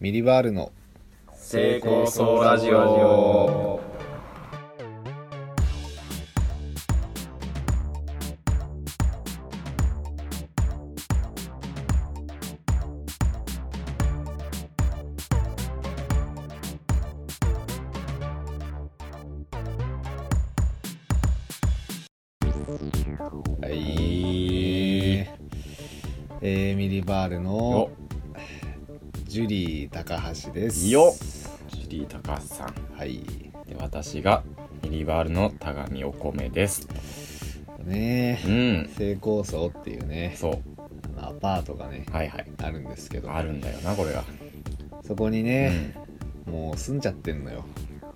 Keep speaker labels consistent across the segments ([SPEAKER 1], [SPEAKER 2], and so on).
[SPEAKER 1] ミリバールの
[SPEAKER 2] 成功そうラジオ
[SPEAKER 1] はいえー、ミリバールのジュリー高橋です
[SPEAKER 2] よジュリー高橋さん
[SPEAKER 1] はい
[SPEAKER 2] で私がミリバールの田上お米です
[SPEAKER 1] ね
[SPEAKER 2] う
[SPEAKER 1] え
[SPEAKER 2] ん
[SPEAKER 1] 成功層っていうね
[SPEAKER 2] そ
[SPEAKER 1] あのアパートがね
[SPEAKER 2] うはいはい
[SPEAKER 1] あるんですけど
[SPEAKER 2] あるんだよなこれが、
[SPEAKER 1] そこに
[SPEAKER 2] う
[SPEAKER 1] ね、
[SPEAKER 2] ん
[SPEAKER 1] もう住んじゃってんのよ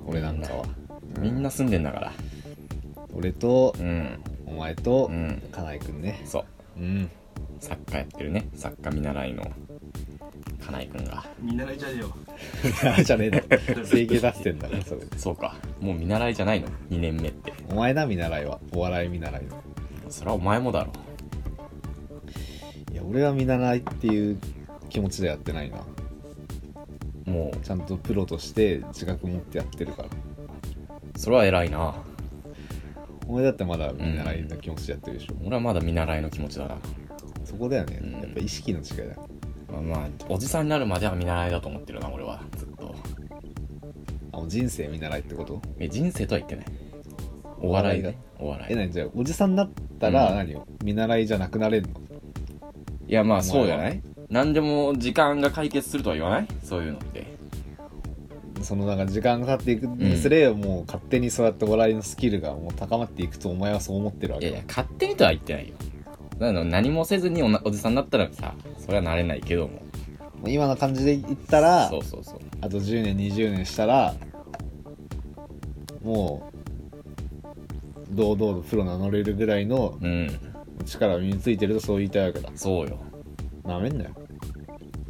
[SPEAKER 1] 俺なんかは
[SPEAKER 2] みんな住んでんだから
[SPEAKER 1] 俺と
[SPEAKER 2] うん
[SPEAKER 1] お前と、
[SPEAKER 2] うん
[SPEAKER 1] かなえくんね
[SPEAKER 2] そう
[SPEAKER 1] うん
[SPEAKER 2] 作家やってるね作家見習いの金井くんが
[SPEAKER 3] 見習いじゃねえよ
[SPEAKER 1] あじゃねえだ整形出してんだからそれ
[SPEAKER 2] そうかもう見習いじゃないの2年目って
[SPEAKER 1] お前な見習いはお笑い見習いの
[SPEAKER 2] それはお前もだろ
[SPEAKER 1] いや俺は見習いっていう気持ちでやってないな
[SPEAKER 2] も
[SPEAKER 1] ちゃんとプロとして自覚持ってやってるから
[SPEAKER 2] うそれは偉いな
[SPEAKER 1] お前だってまだ見習いの気持ちでやってるでしょ、
[SPEAKER 2] 俺はまだ見習いの気持ちだな
[SPEAKER 1] そこだよね、
[SPEAKER 2] うん
[SPEAKER 1] やっぱ意識の違いだ
[SPEAKER 2] まあ、まあ、おじさんになるまでは見習いだと思ってるな俺はずっと
[SPEAKER 1] あもう人生見習いってこと
[SPEAKER 2] え人生とは言ってないお笑いねお笑
[SPEAKER 1] え
[SPEAKER 2] い
[SPEAKER 1] 何じゃあおじさんになったら
[SPEAKER 2] うん
[SPEAKER 1] 何よ、見習いじゃなくなれるの
[SPEAKER 2] いやま
[SPEAKER 1] お前
[SPEAKER 2] あ
[SPEAKER 1] は
[SPEAKER 2] そうじゃない何でも時間が解決するとは言わないそういうのって
[SPEAKER 1] そのなんか時間が経っていくにつれ、もう勝手にそうやってお笑いのスキルがもう高まっていくとお前はそう思ってるわ
[SPEAKER 2] い
[SPEAKER 1] け
[SPEAKER 2] や
[SPEAKER 1] よ
[SPEAKER 2] いや勝手にとは言ってないよなの何もせずにおなおじさんになったらさそれはなれないけども
[SPEAKER 1] 今の感じで言ったら
[SPEAKER 2] そうそうそう
[SPEAKER 1] あと10年20年したらもう堂々とプロ名乗れるぐらいの
[SPEAKER 2] うん
[SPEAKER 1] 力を身についてるとそう言いたいわけだ
[SPEAKER 2] そうよ
[SPEAKER 1] なめんなよ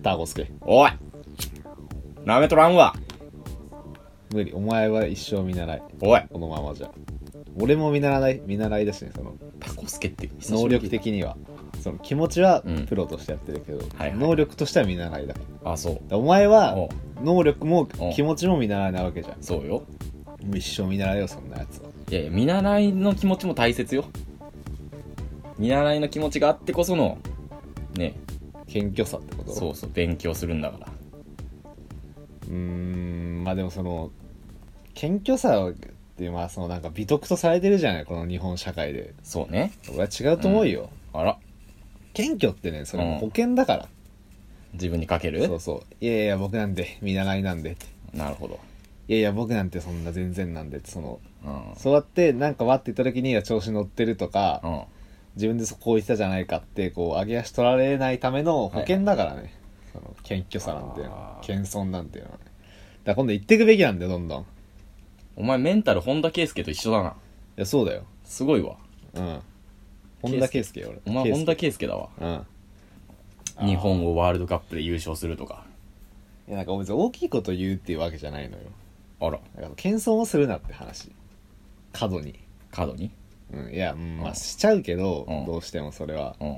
[SPEAKER 1] ターゴスケ
[SPEAKER 2] おいなめとらんわ
[SPEAKER 1] 無理お前は一生見習い
[SPEAKER 2] おい
[SPEAKER 1] このままじゃ俺も見習い見習いだしねその
[SPEAKER 2] タコスケって久しぶり
[SPEAKER 1] 能力的にはその気持ちは
[SPEAKER 2] うん
[SPEAKER 1] プロとしてやってるけど、
[SPEAKER 2] はいはい
[SPEAKER 1] 能力としては見習いだだか
[SPEAKER 2] あそう
[SPEAKER 1] らお前は
[SPEAKER 2] おう
[SPEAKER 1] 能力も
[SPEAKER 2] お
[SPEAKER 1] 気持ちも見習いなわけじゃん
[SPEAKER 2] そうよ
[SPEAKER 1] もう一生見習いよそんなやつはい
[SPEAKER 2] やいや見習いの気持ちも大切よ見習いの気持ちがあってこそのね
[SPEAKER 1] 謙虚さってこと
[SPEAKER 2] そうそう勉強するんだから
[SPEAKER 1] うーんまあでもその謙虚さってまあそのなんか美徳とされてるじゃないこの日本社会で
[SPEAKER 2] そうね
[SPEAKER 1] 俺は違うと思うよ、
[SPEAKER 2] あら
[SPEAKER 1] 謙虚ってねそれ
[SPEAKER 2] うん
[SPEAKER 1] も保険だから、
[SPEAKER 2] 自分にかけ
[SPEAKER 1] そう
[SPEAKER 2] る
[SPEAKER 1] そういやいや僕なんで見習いなんでって
[SPEAKER 2] なるほど、
[SPEAKER 1] いやいや僕なんてそんな全然なんでってその
[SPEAKER 2] うん
[SPEAKER 1] そうやってなんかわって言った時にいや調子乗ってるとか、
[SPEAKER 2] うん、
[SPEAKER 1] 自分でそこう言ってたじゃないかってこう上げ足取られないための保険だからね、その謙虚さなんていうのは
[SPEAKER 2] あー
[SPEAKER 1] 謙遜なんていうのはねだから今度言ってくべきなんだよどんどんい
[SPEAKER 2] お前メンタル本田圭佑と一緒だな
[SPEAKER 1] やそうだよ
[SPEAKER 2] すごいわ
[SPEAKER 1] うん。本田圭佑俺。
[SPEAKER 2] お前本田
[SPEAKER 1] 圭
[SPEAKER 2] 圭佑だわ
[SPEAKER 1] 佑うん。ー
[SPEAKER 2] 日本をワールドカップで優勝するとか
[SPEAKER 1] いや、なんか別に大きいこと言うっていうわけじゃないのよ。
[SPEAKER 2] あら
[SPEAKER 1] だから謙遜をするなって話。過度に。
[SPEAKER 2] カードに
[SPEAKER 1] うん。いや、うんま
[SPEAKER 2] う
[SPEAKER 1] あ
[SPEAKER 2] ん
[SPEAKER 1] しちゃうけど、
[SPEAKER 2] うん
[SPEAKER 1] どうしてもそれは
[SPEAKER 2] うん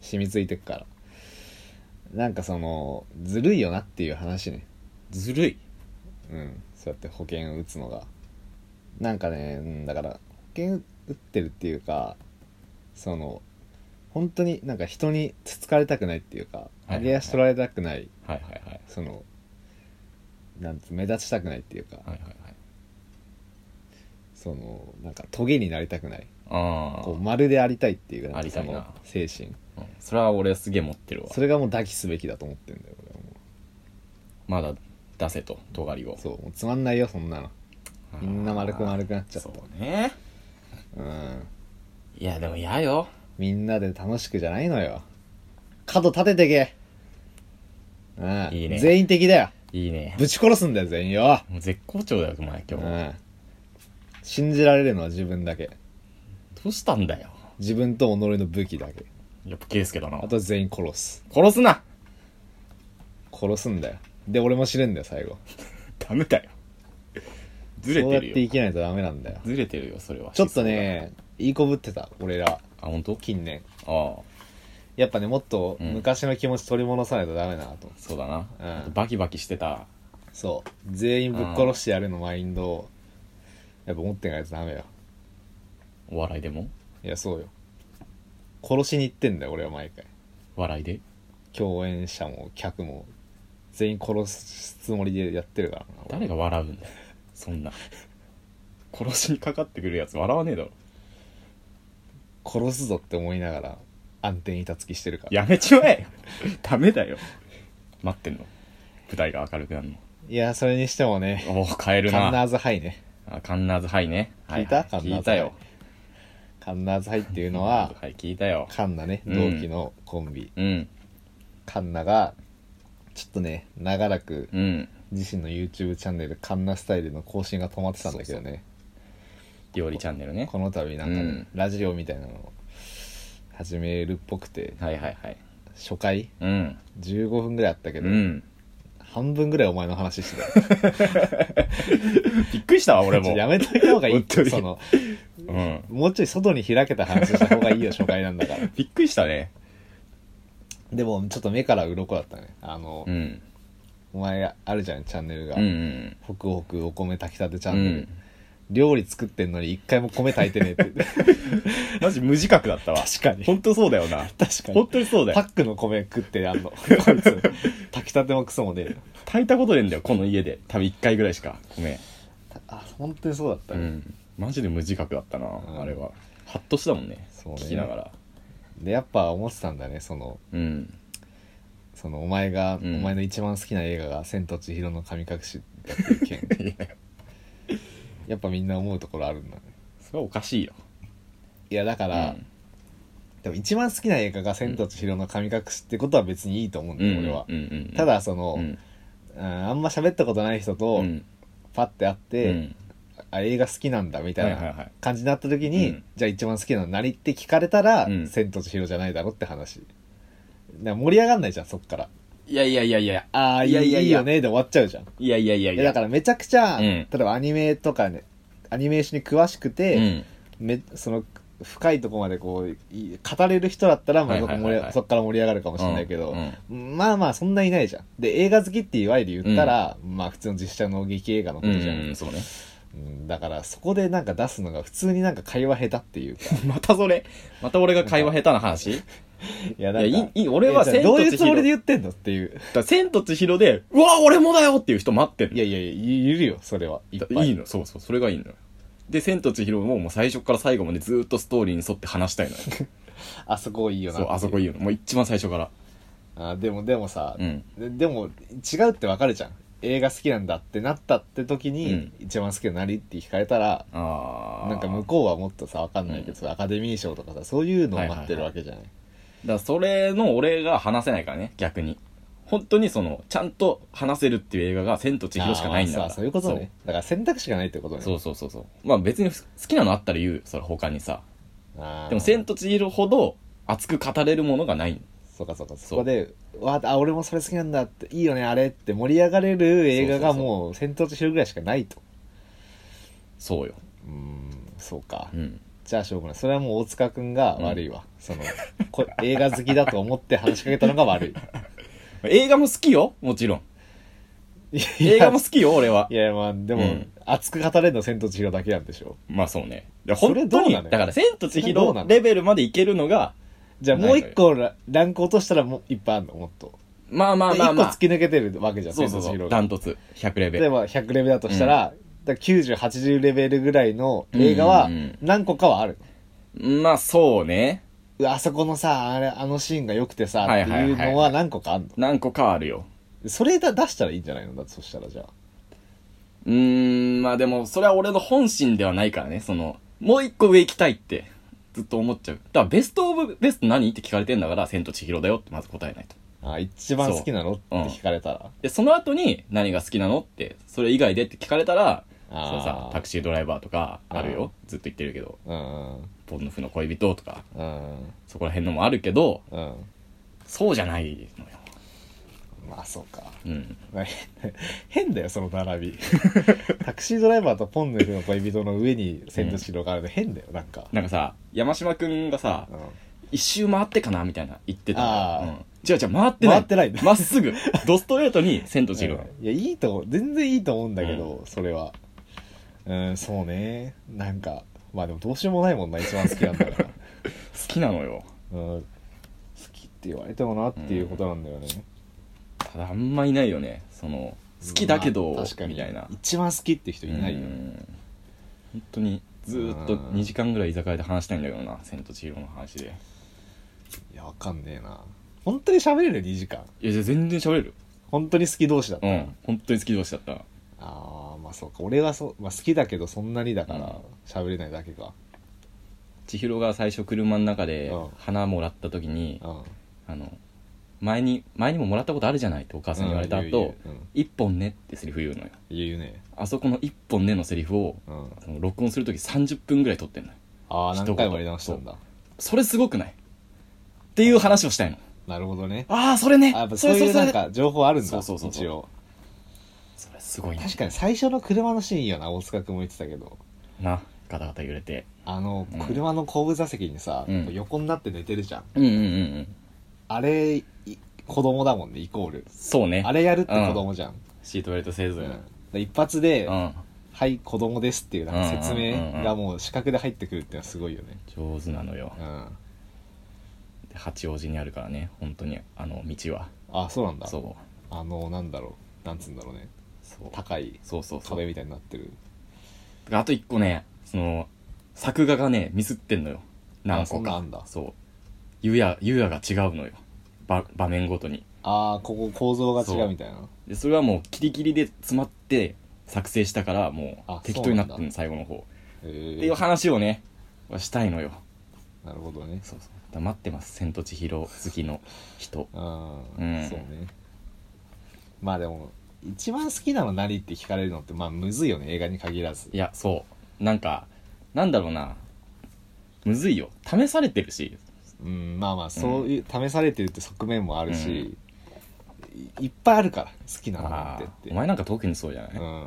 [SPEAKER 1] 染みついてくから。なんかその、ずるいよなっていう話ね。
[SPEAKER 2] ずるい
[SPEAKER 1] うん。そうやって保険を打つのが。なんかね、うん、だから、保険打ってるっていうか、その、本当になんか人につつかれたくないっていうか、
[SPEAKER 2] いはいはい
[SPEAKER 1] 上げ足取られたくない
[SPEAKER 2] はいはいはい
[SPEAKER 1] そのなんつ目立ちたくないっていうか
[SPEAKER 2] はいはいはい
[SPEAKER 1] そのなんかトゲになりたくない
[SPEAKER 2] ああ、
[SPEAKER 1] こう丸でありたいっていうなんか
[SPEAKER 2] ありたいな
[SPEAKER 1] その精神
[SPEAKER 2] うんそれは俺すげえ持ってるわ
[SPEAKER 1] それがもう抱きすべきだと思ってんだよ俺はも
[SPEAKER 2] まだ出せと尖りを
[SPEAKER 1] うそうもうつまんないよそんなのみんな丸く丸くなっちゃった
[SPEAKER 2] そうね
[SPEAKER 1] うん
[SPEAKER 2] いやでも嫌よ
[SPEAKER 1] みんなで楽しくじゃないのよ角立ててけうん
[SPEAKER 2] いいね
[SPEAKER 1] 全員敵だよ
[SPEAKER 2] いいね
[SPEAKER 1] ぶち殺すんだよ全員よ、
[SPEAKER 2] もう絶好調だよお前
[SPEAKER 1] う
[SPEAKER 2] 今日、ど
[SPEAKER 1] ん、信じられるのは自分だけ
[SPEAKER 2] うしたんだよ
[SPEAKER 1] 自分と己の武器だけ
[SPEAKER 2] やっぱ圭介だな
[SPEAKER 1] あとは全員殺す
[SPEAKER 2] 殺すな
[SPEAKER 1] 殺すんだよで俺も知るんだよ最後
[SPEAKER 2] ダメ だよずれ
[SPEAKER 1] そうやってて
[SPEAKER 2] る
[SPEAKER 1] 生
[SPEAKER 2] よ
[SPEAKER 1] きないとダメなんだよ
[SPEAKER 2] ずれてるよそれは
[SPEAKER 1] ちょっとねいいこぶってた俺ら
[SPEAKER 2] あ本当
[SPEAKER 1] 近年
[SPEAKER 2] ああ
[SPEAKER 1] やっぱねもっと
[SPEAKER 2] うん
[SPEAKER 1] 昔の気持ち取り戻さないとダメだなと思って、
[SPEAKER 2] そうだな、
[SPEAKER 1] うん
[SPEAKER 2] あとバキバキしてた
[SPEAKER 1] そう全員ぶっ殺してやるのマインドをやっぱ持ってないとダメよ
[SPEAKER 2] お笑いでも
[SPEAKER 1] いやそうよ殺しに行ってんだよ俺は毎回
[SPEAKER 2] 笑いで
[SPEAKER 1] 共演者も客も全員殺すつもりでやってるからな
[SPEAKER 2] 誰が笑うんだよそんな殺しにかかってくるやつ笑わねえだろ
[SPEAKER 1] 殺すぞって思いながら暗転板つきしてるから
[SPEAKER 2] やめちまえ ダメだよ待ってんの舞台が明るくなるの
[SPEAKER 1] いやそれにしてもね
[SPEAKER 2] おお変える
[SPEAKER 1] カンナ
[SPEAKER 2] な
[SPEAKER 1] ーズハイね
[SPEAKER 2] あカンナーズハイねは
[SPEAKER 1] 聞いた
[SPEAKER 2] は
[SPEAKER 1] カンナーズハイ
[SPEAKER 2] 聞いたよ
[SPEAKER 1] カンナー ズハイっていうの
[SPEAKER 2] カンナー
[SPEAKER 1] は
[SPEAKER 2] ズハイ聞いたよ
[SPEAKER 1] カンナね同
[SPEAKER 2] うん
[SPEAKER 1] 期のコンビ、
[SPEAKER 2] うん
[SPEAKER 1] カンナがちょっとね長らく
[SPEAKER 2] うん
[SPEAKER 1] 自身の YouTube チャンネルカンナスタイルの更新が止まってたんだけどね
[SPEAKER 2] 料理チャンネルね
[SPEAKER 1] この度なんかね、
[SPEAKER 2] うん
[SPEAKER 1] ラジオみたいなのを始めるっぽくて
[SPEAKER 2] はいはいはい
[SPEAKER 1] 初回
[SPEAKER 2] うん
[SPEAKER 1] 15分ぐらいあったけ
[SPEAKER 2] う
[SPEAKER 1] ど、
[SPEAKER 2] ん
[SPEAKER 1] 半分ぐらいお前の話してた
[SPEAKER 2] びっくりしたわ
[SPEAKER 1] ち
[SPEAKER 2] 俺
[SPEAKER 1] ょっ
[SPEAKER 2] も
[SPEAKER 1] とやめといた方がいいっ
[SPEAKER 2] 本当
[SPEAKER 1] て
[SPEAKER 2] に
[SPEAKER 1] その
[SPEAKER 2] うん
[SPEAKER 1] もうちょい外に開けた話した方がいいよ初回なん だから
[SPEAKER 2] びっくりしたね
[SPEAKER 1] でもちょっと目から鱗だったねあの、
[SPEAKER 2] うん
[SPEAKER 1] お前あるじゃんチャンネルが、
[SPEAKER 2] うんうん
[SPEAKER 1] ホクホクお米炊きたてチ
[SPEAKER 2] う
[SPEAKER 1] ャンネル、
[SPEAKER 2] ん
[SPEAKER 1] 料理作ってんのに一回も米炊いてねえって 確
[SPEAKER 2] マジ無自覚だったわ
[SPEAKER 1] かに
[SPEAKER 2] 本当そうだよな
[SPEAKER 1] 確か
[SPEAKER 2] 本
[SPEAKER 1] に
[SPEAKER 2] 当にそうだ
[SPEAKER 1] パ
[SPEAKER 2] よ
[SPEAKER 1] ックの米食って やんのこいつ炊きたてもクソもねえ
[SPEAKER 2] 炊いたことねえんだよこの家で多分1回ぐらいしか米
[SPEAKER 1] あ本当にそうだった
[SPEAKER 2] う
[SPEAKER 1] ね、
[SPEAKER 2] んマジで無自覚だったな、
[SPEAKER 1] ん
[SPEAKER 2] あれはハッとしたもんね
[SPEAKER 1] そうね
[SPEAKER 2] 聞きながら
[SPEAKER 1] でやっぱ思ってたんだねその
[SPEAKER 2] うん
[SPEAKER 1] そのお前が、
[SPEAKER 2] うん
[SPEAKER 1] お前の一番好きな映画が「千と千尋の神隠し」だって いう件
[SPEAKER 2] いや
[SPEAKER 1] やっぱみんな思うところあるんだね
[SPEAKER 2] それはおかしいよ
[SPEAKER 1] いやだから、
[SPEAKER 2] うん
[SPEAKER 1] でも一番好きな映画が「千と千尋の神隠し」ってことは別にいいと思うんだ
[SPEAKER 2] う
[SPEAKER 1] よ、
[SPEAKER 2] ん
[SPEAKER 1] 俺は
[SPEAKER 2] う、んうんうん
[SPEAKER 1] ただその、
[SPEAKER 2] う
[SPEAKER 1] うんんあんま喋ったことない人と
[SPEAKER 2] うん
[SPEAKER 1] パッて会っ
[SPEAKER 2] う
[SPEAKER 1] て、
[SPEAKER 2] ん
[SPEAKER 1] あ映画好きなんだみたい
[SPEAKER 2] はいはい
[SPEAKER 1] な
[SPEAKER 2] はい
[SPEAKER 1] 感じになった時に、
[SPEAKER 2] うん
[SPEAKER 1] じゃあ一番好きなの何って聞かれたら「
[SPEAKER 2] うん
[SPEAKER 1] 千と千尋じゃないだろ」って話だから盛り上がんないじゃんそっから
[SPEAKER 2] いやいやいやいや
[SPEAKER 1] 「ああい
[SPEAKER 2] い
[SPEAKER 1] い
[SPEAKER 2] やいやいや
[SPEAKER 1] いいよね」で終わっちゃうじゃん
[SPEAKER 2] いやいやいや
[SPEAKER 1] い
[SPEAKER 2] い
[SPEAKER 1] や
[SPEAKER 2] や
[SPEAKER 1] だからめちゃくちゃ、
[SPEAKER 2] うん
[SPEAKER 1] 例えばアニメとかねアニメーションに詳しく
[SPEAKER 2] う
[SPEAKER 1] て、
[SPEAKER 2] ん
[SPEAKER 1] めその深いとこまでこうい語れる人だったら、まあ
[SPEAKER 2] はいはいはいはい
[SPEAKER 1] 盛り上そっから盛り上がるかもしれないけど
[SPEAKER 2] う、ん
[SPEAKER 1] まあまあそんないないじゃんで映画好きっていわゆる言ったら、まあ普通の実写の劇映画のこ
[SPEAKER 2] うん
[SPEAKER 1] と
[SPEAKER 2] う
[SPEAKER 1] じゃん、
[SPEAKER 2] んうんそうね
[SPEAKER 1] うんだからそこでなんか出すのが普通になんか会話下手っていうか
[SPEAKER 2] またそれまた俺が会話下手な話い
[SPEAKER 1] いや
[SPEAKER 2] や
[SPEAKER 1] か
[SPEAKER 2] いいいい俺は
[SPEAKER 1] えじゃあ
[SPEAKER 2] 千
[SPEAKER 1] ど
[SPEAKER 2] と
[SPEAKER 1] ういう
[SPEAKER 2] 千
[SPEAKER 1] つもりで
[SPEAKER 2] 尋
[SPEAKER 1] 言ってんのっていう
[SPEAKER 2] だから千と千尋でうわ俺もだよっていう人待ってる
[SPEAKER 1] いやいやいやいいるよそれはいっぱい
[SPEAKER 2] いいのそうそうそれがいいのよで「千と千尋」ももう最初から最後までずーっとストーリーに沿って話したいのよ
[SPEAKER 1] あそこいいよな
[SPEAKER 2] そうあそこいいよもう一番最初から
[SPEAKER 1] あでもでもさ、
[SPEAKER 2] うん
[SPEAKER 1] ででも違うってわかるじゃん映画好きなんだってなったって時に、
[SPEAKER 2] うん
[SPEAKER 1] 一番好きな何って聞かれたら
[SPEAKER 2] ああ
[SPEAKER 1] なんか向こうはもっとさわかんないけど、アカデミー賞とかさそういうのを待ってるわけじゃない,、
[SPEAKER 2] だからそれの俺が話せないからね逆に本当にそのちゃんと話せるっていう映画が「千と千尋」しかないんだか
[SPEAKER 1] あー
[SPEAKER 2] ら
[SPEAKER 1] そうそういうことねだから選択肢がないってことね
[SPEAKER 2] そうそうそうそうそうまあ別に好きなのあったら言うそれ他にさ
[SPEAKER 1] あー
[SPEAKER 2] でも「千と千尋」ほど熱く語れるものがない
[SPEAKER 1] そうかそうかそこでわあ俺もそれ好きなんだっていいよねあれって盛り上がれる映画が
[SPEAKER 2] そうそう
[SPEAKER 1] もう「千と千尋」ぐらいしかないと
[SPEAKER 2] そうよ
[SPEAKER 1] うーんそうか、
[SPEAKER 2] うん
[SPEAKER 1] じゃあしょうがないそれはもう大塚君が悪いわ、そのこ映画好きだと思って話しかけたのが悪い
[SPEAKER 2] 映画も好きよもちろん 映画も好きよ俺はい
[SPEAKER 1] やいやまあでも、
[SPEAKER 2] うん
[SPEAKER 1] 熱く語れるの千と千尋だけなんでしょ
[SPEAKER 2] まあそうね。で
[SPEAKER 1] そ
[SPEAKER 2] 本
[SPEAKER 1] れど
[SPEAKER 2] 当
[SPEAKER 1] う
[SPEAKER 2] に、
[SPEAKER 1] なのよ
[SPEAKER 2] だから、千と千
[SPEAKER 1] それどうなの
[SPEAKER 2] 尋レベルまでいけるのが、
[SPEAKER 1] じゃあもう一個ラランク落としたらもういっぱいあるのもっと
[SPEAKER 2] まあまあ
[SPEAKER 1] 一、
[SPEAKER 2] まあま
[SPEAKER 1] 個突
[SPEAKER 2] あ。
[SPEAKER 1] き抜けてるわけじゃん
[SPEAKER 2] そう
[SPEAKER 1] 千
[SPEAKER 2] そ
[SPEAKER 1] と千
[SPEAKER 2] うそ
[SPEAKER 1] 尋
[SPEAKER 2] う。
[SPEAKER 1] が
[SPEAKER 2] ダントツ、100レベ
[SPEAKER 1] 例え
[SPEAKER 2] ル。
[SPEAKER 1] ば100レベルだとしたら,、9080レベルぐらいの映画は
[SPEAKER 2] うんうん
[SPEAKER 1] 何個かはある、
[SPEAKER 2] まあそうね。
[SPEAKER 1] うわあそこのさあれあのシーンが良くてさ、
[SPEAKER 2] はいはいはいはい
[SPEAKER 1] っていうのは何個かあるの
[SPEAKER 2] 何個かあるよ。
[SPEAKER 1] それだ出したらいいんじゃないのだってそしたらじゃあ
[SPEAKER 2] うーん、まあでも、それは俺の本心ではないからね、その、もう一個上行きたいって、ずっと思っちゃう。だから、ベストオブベスト何って聞かれてんだから、千と千尋だよってまず答えないと。
[SPEAKER 1] あ一番好きなのって
[SPEAKER 2] そううん
[SPEAKER 1] 聞かれたら、
[SPEAKER 2] で、その後に、何が好きなのって、それ以外でって聞かれたら、そ
[SPEAKER 1] あー
[SPEAKER 2] のさ、タクシードライバーとか、あるよ。ずっと言ってるけど、
[SPEAKER 1] うんうん
[SPEAKER 2] ポンノフの恋人とか、
[SPEAKER 1] うん
[SPEAKER 2] そこら辺のもあるけど、
[SPEAKER 1] うん
[SPEAKER 2] そうじゃないのよ。
[SPEAKER 1] まあそうか
[SPEAKER 2] うん。
[SPEAKER 1] まあ変変だよその 並びタクシードライバーとポンヌフの恋人の上に千と千尋があるの変だよなんか、
[SPEAKER 2] なんかさ、山島くんがさ
[SPEAKER 1] う、ん、
[SPEAKER 2] 一周回ってかなみたいな言ってた
[SPEAKER 1] ああ
[SPEAKER 2] うん、違う違う回ってない
[SPEAKER 1] 回ってないんだ
[SPEAKER 2] まっすぐドストレー トに「千と千尋」
[SPEAKER 1] いやいいと思う全然いいと思うんだけど、それはうんそうねなんかまあでもどうしようもないもんな一番好きなんだ から、
[SPEAKER 2] 好きなのよ
[SPEAKER 1] うん、好きって言われてもなっていうことなんだよね、
[SPEAKER 2] ただあんまいないよねその好きだけど、
[SPEAKER 1] まあ確かに
[SPEAKER 2] みたいな
[SPEAKER 1] 一番好きって人いないよね、
[SPEAKER 2] うん本当にずーっと
[SPEAKER 1] うん
[SPEAKER 2] 2時間ぐらい居酒屋で話したいんだけどな「千と千尋」の話で
[SPEAKER 1] いやわかんねえな本当に喋れる2時間
[SPEAKER 2] いやじゃあ全然喋れる
[SPEAKER 1] 本当に好き同士だった
[SPEAKER 2] う
[SPEAKER 1] ら、
[SPEAKER 2] ん本当に好き同士だった
[SPEAKER 1] ああまあそうか俺はそ、まあ、好きだけどそんなにだか
[SPEAKER 2] うん
[SPEAKER 1] ら喋れないだけか
[SPEAKER 2] 千尋が最初車の中で
[SPEAKER 1] うん
[SPEAKER 2] 花もらった時に
[SPEAKER 1] うんお
[SPEAKER 2] あの前に前にももらったことあるじゃないってお母さんに言われた後一本ね」ってセリフ言うのよ
[SPEAKER 1] 言う言うね
[SPEAKER 2] あそこの「一本ね」のセリフを
[SPEAKER 1] うん
[SPEAKER 2] その録音する時30分ぐらい撮ってんのよ
[SPEAKER 1] ああ
[SPEAKER 2] 一
[SPEAKER 1] 何
[SPEAKER 2] 言
[SPEAKER 1] 回もやり直したんだ
[SPEAKER 2] それすごくないっていう話をしたいの
[SPEAKER 1] なるほどね
[SPEAKER 2] ああそれね
[SPEAKER 1] あやっぱ
[SPEAKER 2] そ
[SPEAKER 1] そうい
[SPEAKER 2] れそうれそ
[SPEAKER 1] なん
[SPEAKER 2] れ
[SPEAKER 1] か情報あるんだ
[SPEAKER 2] そうそうそうそう
[SPEAKER 1] 一応
[SPEAKER 2] それすごいね
[SPEAKER 1] 確かに最初の車のシーンいいよな大塚君も言ってたけど
[SPEAKER 2] なガタガタ揺れて
[SPEAKER 1] あの
[SPEAKER 2] うん
[SPEAKER 1] 車の後部座席にさ、
[SPEAKER 2] うん
[SPEAKER 1] 横になって寝てるじゃん
[SPEAKER 2] うんうんうんうん
[SPEAKER 1] あれい子供だもんねイコール
[SPEAKER 2] そうね
[SPEAKER 1] あれやるって子供じゃん、
[SPEAKER 2] シートベルトせず
[SPEAKER 1] う
[SPEAKER 2] うんん、
[SPEAKER 1] で一発で、
[SPEAKER 2] うん
[SPEAKER 1] はい子供ですっていうなんか説明がもう視覚で入ってくるってのはすごいよね
[SPEAKER 2] 上手なのよ
[SPEAKER 1] うん
[SPEAKER 2] で八王子にあるからね本当にあの道は
[SPEAKER 1] あそうなんだ
[SPEAKER 2] そう
[SPEAKER 1] あのなんだろうなんつうんだろうね
[SPEAKER 2] そう
[SPEAKER 1] 高い
[SPEAKER 2] そうそうそ
[SPEAKER 1] 壁
[SPEAKER 2] う
[SPEAKER 1] みたいになってる
[SPEAKER 2] あと一個ねその作画がねミスってんのよ何
[SPEAKER 1] あそ
[SPEAKER 2] 個
[SPEAKER 1] んな
[SPEAKER 2] か
[SPEAKER 1] んだ
[SPEAKER 2] そうゆやゆやが違うのよば場面ごとに
[SPEAKER 1] ああここ構造が違うみたいな
[SPEAKER 2] でそれはもうキリキリで詰まって作成したからも
[SPEAKER 1] あ
[SPEAKER 2] う適当になって
[SPEAKER 1] そう
[SPEAKER 2] る
[SPEAKER 1] なん
[SPEAKER 2] の最後の方
[SPEAKER 1] え
[SPEAKER 2] っていう
[SPEAKER 1] ー、
[SPEAKER 2] 話をねしたいのよ
[SPEAKER 1] なるほどね
[SPEAKER 2] そうそうだから待ってます「千と千尋」好きの人
[SPEAKER 1] ああ、
[SPEAKER 2] うん
[SPEAKER 1] そうねまあでも一番好きなの何って聞かれるのってまあむずいよね映画に限らず
[SPEAKER 2] いやそうなんかなんだろうなむずいよ試されてるし
[SPEAKER 1] うんまあまあそういう、試されてるって側面もあるし、いいっぱいあるから好きなのなん
[SPEAKER 2] あ
[SPEAKER 1] てっ
[SPEAKER 2] ー
[SPEAKER 1] て
[SPEAKER 2] お前なんか特にそうじゃない、
[SPEAKER 1] うん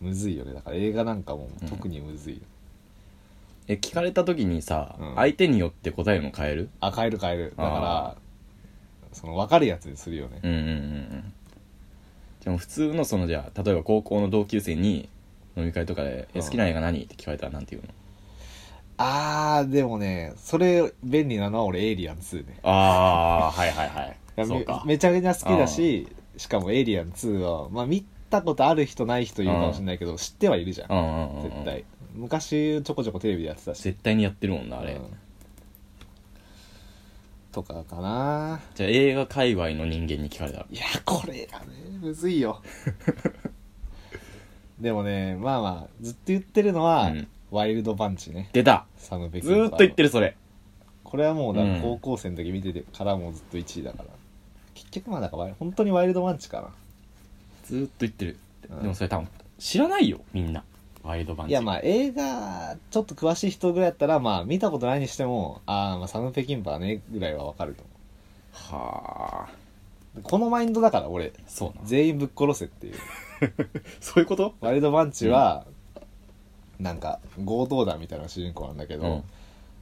[SPEAKER 1] むずいよねだから映画なんかも
[SPEAKER 2] うん
[SPEAKER 1] 特にむずい、
[SPEAKER 2] え聞かれた時にさ、
[SPEAKER 1] うん
[SPEAKER 2] 相手によって答えも変える
[SPEAKER 1] あ変える変えるだから
[SPEAKER 2] あ
[SPEAKER 1] その分かるやつにするよね
[SPEAKER 2] うんうんうんうんでも普通のそのじゃあ例えば高校の同級生に飲み会とかで「え
[SPEAKER 1] うん
[SPEAKER 2] 好きな映画何?」って聞かれたらなんて言うの
[SPEAKER 1] あーでもねそれ便利なのは俺「エイリアン2ね」
[SPEAKER 2] ああはいはいはい
[SPEAKER 1] いや
[SPEAKER 2] そ
[SPEAKER 1] め
[SPEAKER 2] うか
[SPEAKER 1] めちゃめちゃ好きだししかも「エイリアン2は」まあ見たことある人ない人いるかもしれないけど知ってはいるじゃん
[SPEAKER 2] うんうんうんうん
[SPEAKER 1] 絶対昔ちょこちょこテレビでやってたし
[SPEAKER 2] 絶対にやってるもんなあれ、
[SPEAKER 1] うんとかかな
[SPEAKER 2] じゃあ映画界隈の人間に聞かれたら
[SPEAKER 1] いやこれがねむずいよ でもねまあまあずっと言ってるのは、
[SPEAKER 2] うん
[SPEAKER 1] ワイルドパンチね
[SPEAKER 2] 出た
[SPEAKER 1] サム・ベク
[SPEAKER 2] ずーっと言って
[SPEAKER 1] る
[SPEAKER 2] るそれ
[SPEAKER 1] これはもうだから
[SPEAKER 2] うん
[SPEAKER 1] 高校生の時見ててからもうずっと1位だから、結局まあだからワイ本当にワイルドパンチか
[SPEAKER 2] ずーっと言ってる、
[SPEAKER 1] うん
[SPEAKER 2] でもそれ多分知らないよみんなワイルドバン
[SPEAKER 1] な
[SPEAKER 2] チ
[SPEAKER 1] いやまあ映画ちょっと詳しい人ぐらいだったらまあ見たことないにしてもあーまあサム・ペキンパーねぐらいはわかると思
[SPEAKER 2] はあ
[SPEAKER 1] うこのマインドだから俺
[SPEAKER 2] そうな
[SPEAKER 1] 全員ぶっ殺せっていう
[SPEAKER 2] そういうこと
[SPEAKER 1] ワイルドバンチは、なんか強盗団みたいな主人公なんだけど、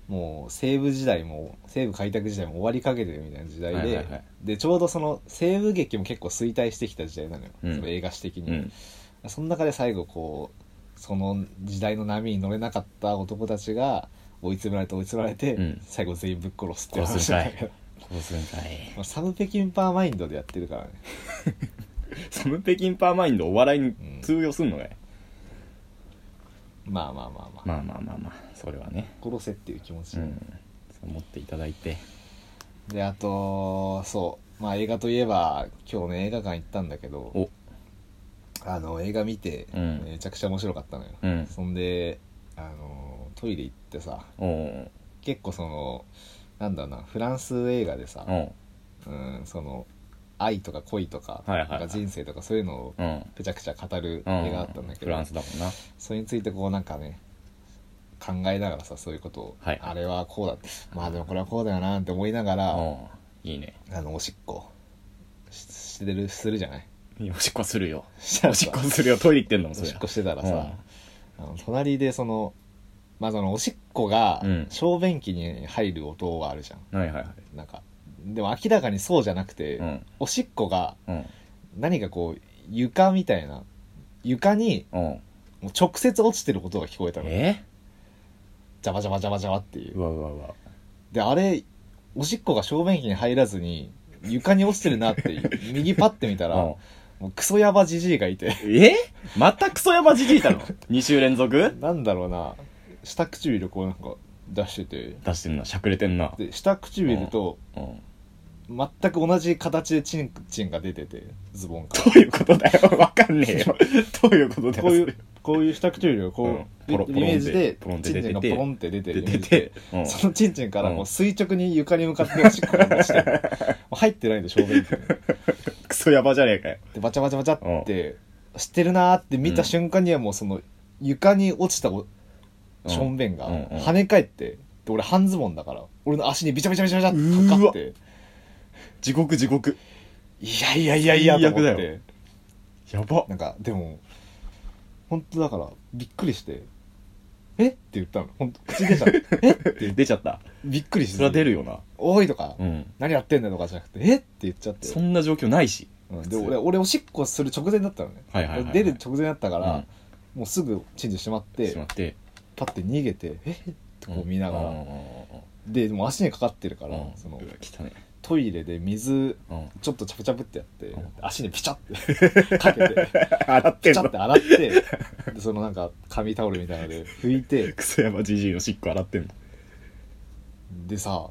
[SPEAKER 1] もう西部時代も西部開拓時代も終わりかけてるみたいな時代で、
[SPEAKER 2] はいはいはい
[SPEAKER 1] でちょうどその西部劇も結構衰退してきた時代なのよ、
[SPEAKER 2] うん
[SPEAKER 1] その映画史的
[SPEAKER 2] う
[SPEAKER 1] に、
[SPEAKER 2] ん
[SPEAKER 1] その中で最後こうその時代の波に乗れなかった男たちが追い詰められて追い詰められて、
[SPEAKER 2] うん
[SPEAKER 1] 最後全員ぶっ殺すっていう話
[SPEAKER 2] 殺すんか
[SPEAKER 1] ないんだけど
[SPEAKER 2] こうする んかい
[SPEAKER 1] まあサム・ペキンパーマインドでやってるからね
[SPEAKER 2] サム・ペキンパーマインドお笑いに通用すんのかい、
[SPEAKER 1] まあまあまあまあ、
[SPEAKER 2] まあまあまあまあそれはね
[SPEAKER 1] 殺せっていう気持ち、
[SPEAKER 2] うんそう持っていただいて
[SPEAKER 1] であとそうまあ映画といえば今日ね映画館行ったんだけど
[SPEAKER 2] お
[SPEAKER 1] あの映画見て、
[SPEAKER 2] うん
[SPEAKER 1] めちゃくちゃ面白かったのよ、
[SPEAKER 2] うん
[SPEAKER 1] そんであのトイレ行ってさ
[SPEAKER 2] おう
[SPEAKER 1] 結構そのなんだろうなフランス映画でさ、
[SPEAKER 2] おう
[SPEAKER 1] うん、その愛とか恋とか,、
[SPEAKER 2] はいはいはい
[SPEAKER 1] なんか人生とかそういうのを
[SPEAKER 2] うん
[SPEAKER 1] ぺちゃくちゃ語る
[SPEAKER 2] うん
[SPEAKER 1] 映画だったんだけ
[SPEAKER 2] フ
[SPEAKER 1] ど、
[SPEAKER 2] ランスだもんな
[SPEAKER 1] それについてこうなんかね考えながらさそういうことを、
[SPEAKER 2] はい
[SPEAKER 1] あれはこうだってまあでもこれはこうだよなって思いながら、
[SPEAKER 2] おういいね
[SPEAKER 1] あのおしっこししてるするじゃない
[SPEAKER 2] いやおしっこする よ
[SPEAKER 1] し
[SPEAKER 2] おしっこするよトイレ行ってんのも
[SPEAKER 1] お
[SPEAKER 2] そり
[SPEAKER 1] しっ
[SPEAKER 2] ゃ
[SPEAKER 1] こしてたらさ、あの隣でその、まあそのおしっこが
[SPEAKER 2] うん
[SPEAKER 1] 小便器に入る音はあるじゃん、
[SPEAKER 2] はいはいはい
[SPEAKER 1] なんかでも明らかにそうじゃなくて、
[SPEAKER 2] うん
[SPEAKER 1] おしっこが
[SPEAKER 2] うん
[SPEAKER 1] 何かこう床みたいな床に
[SPEAKER 2] うん
[SPEAKER 1] もう直接落ちてる音が聞こえたの
[SPEAKER 2] え
[SPEAKER 1] ジャバジャバジャバジャバっていう
[SPEAKER 2] うわうわうわ
[SPEAKER 1] であれおしっこが小便器に入らずに床に落ちてるなっていう 右パッて見たら、もうクソヤバジジイがいて
[SPEAKER 2] うんえまたクソヤバじじいた の ?2 週連続
[SPEAKER 1] なんだろうな下唇こうなんか出してて
[SPEAKER 2] 出してんなしゃくれてんな
[SPEAKER 1] で下唇と
[SPEAKER 2] うん
[SPEAKER 1] 全く同じ形でチンチンが出ててズボン から
[SPEAKER 2] どういうことだよわかんねえよどういうことだよ
[SPEAKER 1] こうい
[SPEAKER 2] そう
[SPEAKER 1] こういう下唇がこう、
[SPEAKER 2] うんポロ
[SPEAKER 1] イメージで
[SPEAKER 2] ポロンって
[SPEAKER 1] チンチンが
[SPEAKER 2] 出てて
[SPEAKER 1] ポロンって出て
[SPEAKER 2] れ
[SPEAKER 1] るイメ
[SPEAKER 2] 出
[SPEAKER 1] ー
[SPEAKER 2] て
[SPEAKER 1] ジ
[SPEAKER 2] て
[SPEAKER 1] で
[SPEAKER 2] うん
[SPEAKER 1] そのチンチンから
[SPEAKER 2] うん
[SPEAKER 1] もう垂直に床に向かっておしっこが 落ちてるもう入ってないんで小便器に
[SPEAKER 2] クソヤバじゃねえかよ
[SPEAKER 1] でバチャバチャバチャってしてるなーって見た瞬間にはもうその床に落ちたおしょんべんが
[SPEAKER 2] うんうん
[SPEAKER 1] 跳ね返ってで俺半ズボンだから俺の足にビチャビチャビチャビチャってかかって
[SPEAKER 2] 地獄地獄
[SPEAKER 1] いやいやいやいやと思
[SPEAKER 2] 最
[SPEAKER 1] っ
[SPEAKER 2] 悪だ
[SPEAKER 1] て
[SPEAKER 2] やば
[SPEAKER 1] なんかでも本当だからびっくりして「えっ?」て言ったの本当口 出ちゃって「えっ?」て
[SPEAKER 2] 出ちゃった
[SPEAKER 1] びっくりして
[SPEAKER 2] それは出るよな
[SPEAKER 1] 「おい」とか、
[SPEAKER 2] うん
[SPEAKER 1] 何やってんだ」とかじゃなくて「えっ?」て言っちゃって
[SPEAKER 2] そんな状況ないし
[SPEAKER 1] うん
[SPEAKER 2] 普
[SPEAKER 1] で
[SPEAKER 2] 通
[SPEAKER 1] 俺俺おしっこする直前だったのね、
[SPEAKER 2] はいはいはいはい
[SPEAKER 1] 出る直前だったから、
[SPEAKER 2] うん
[SPEAKER 1] もうすぐチンチンしまって
[SPEAKER 2] しまって
[SPEAKER 1] パッて逃げてえっとこう見ながら、
[SPEAKER 2] うんうんうんうん
[SPEAKER 1] でもう足にかかってるから、
[SPEAKER 2] うん
[SPEAKER 1] その
[SPEAKER 2] うわ汚ね
[SPEAKER 1] トイレで水
[SPEAKER 2] うん
[SPEAKER 1] ちょっとチャプチャプってやって、
[SPEAKER 2] うん
[SPEAKER 1] 足にピチャって かけて
[SPEAKER 2] 洗っ
[SPEAKER 1] ピ
[SPEAKER 2] てん
[SPEAKER 1] チャっ
[SPEAKER 2] の
[SPEAKER 1] て洗ってでそのなんか紙タオルみたいなので拭いて
[SPEAKER 2] クソヤバじじいのしっこ洗ってんの
[SPEAKER 1] でさ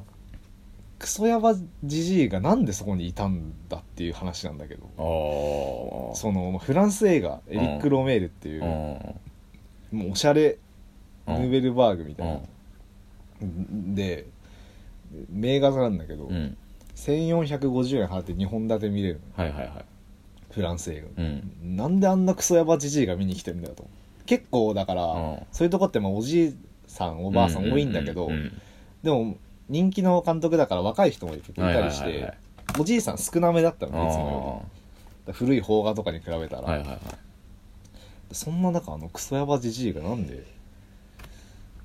[SPEAKER 1] クソヤバじじいがなんでそこにいたんだっていう話なんだけど
[SPEAKER 2] ああ
[SPEAKER 1] そのフランス映画エリック・ロメールっていうう、
[SPEAKER 2] ん
[SPEAKER 1] もうおしゃれヌーベルバーグみた
[SPEAKER 2] う
[SPEAKER 1] いな、
[SPEAKER 2] ん
[SPEAKER 1] で名画座なんだけど、
[SPEAKER 2] うん
[SPEAKER 1] 1450円払って2本立て見れるの
[SPEAKER 2] はいはいはい
[SPEAKER 1] フランス映画、
[SPEAKER 2] うん
[SPEAKER 1] なんであんなクソヤバじじいが見に来てんだよと結構だから、
[SPEAKER 2] うん
[SPEAKER 1] そういうとこってまあおじいさんおばあさん多いんだけど、
[SPEAKER 2] うううん
[SPEAKER 1] でも人気の監督だから若い人もい
[SPEAKER 2] うんはい
[SPEAKER 1] た
[SPEAKER 2] はい
[SPEAKER 1] り
[SPEAKER 2] はい
[SPEAKER 1] し
[SPEAKER 2] はい
[SPEAKER 1] ておじいさん少なめだったのねいつもよりだ
[SPEAKER 2] あ
[SPEAKER 1] から古い邦画とかに比べたら、
[SPEAKER 2] ーはいはいはい
[SPEAKER 1] そんな中あのクソヤバじじいがなんで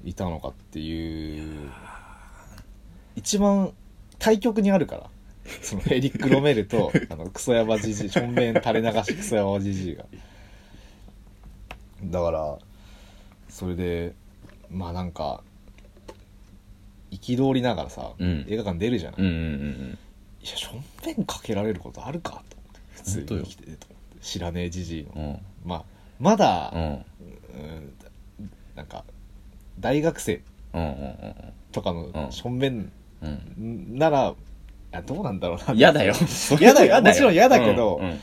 [SPEAKER 1] いたのかっていう一番対極にあるからそのエリック・ロメル とあのクソヤバじじいしょんべん垂れ流しクソヤバじじいがだからそれでまあなんか憤りながらさ、
[SPEAKER 2] うん
[SPEAKER 1] 映画館出るじゃない、
[SPEAKER 2] うん
[SPEAKER 1] い
[SPEAKER 2] うんうん
[SPEAKER 1] やしょんべんかけられることあるかと思って普通に生きててと思って知らねえじじいの、
[SPEAKER 2] うんうん
[SPEAKER 1] まあまだ、
[SPEAKER 2] うん
[SPEAKER 1] うんなんか大学生
[SPEAKER 2] うんうん
[SPEAKER 1] とか
[SPEAKER 2] う
[SPEAKER 1] の
[SPEAKER 2] ん
[SPEAKER 1] しょんべん
[SPEAKER 2] うんうん
[SPEAKER 1] なら、あどうなんだろう な
[SPEAKER 2] 嫌だよ
[SPEAKER 1] 嫌だよもちろん嫌だけど
[SPEAKER 2] うんうん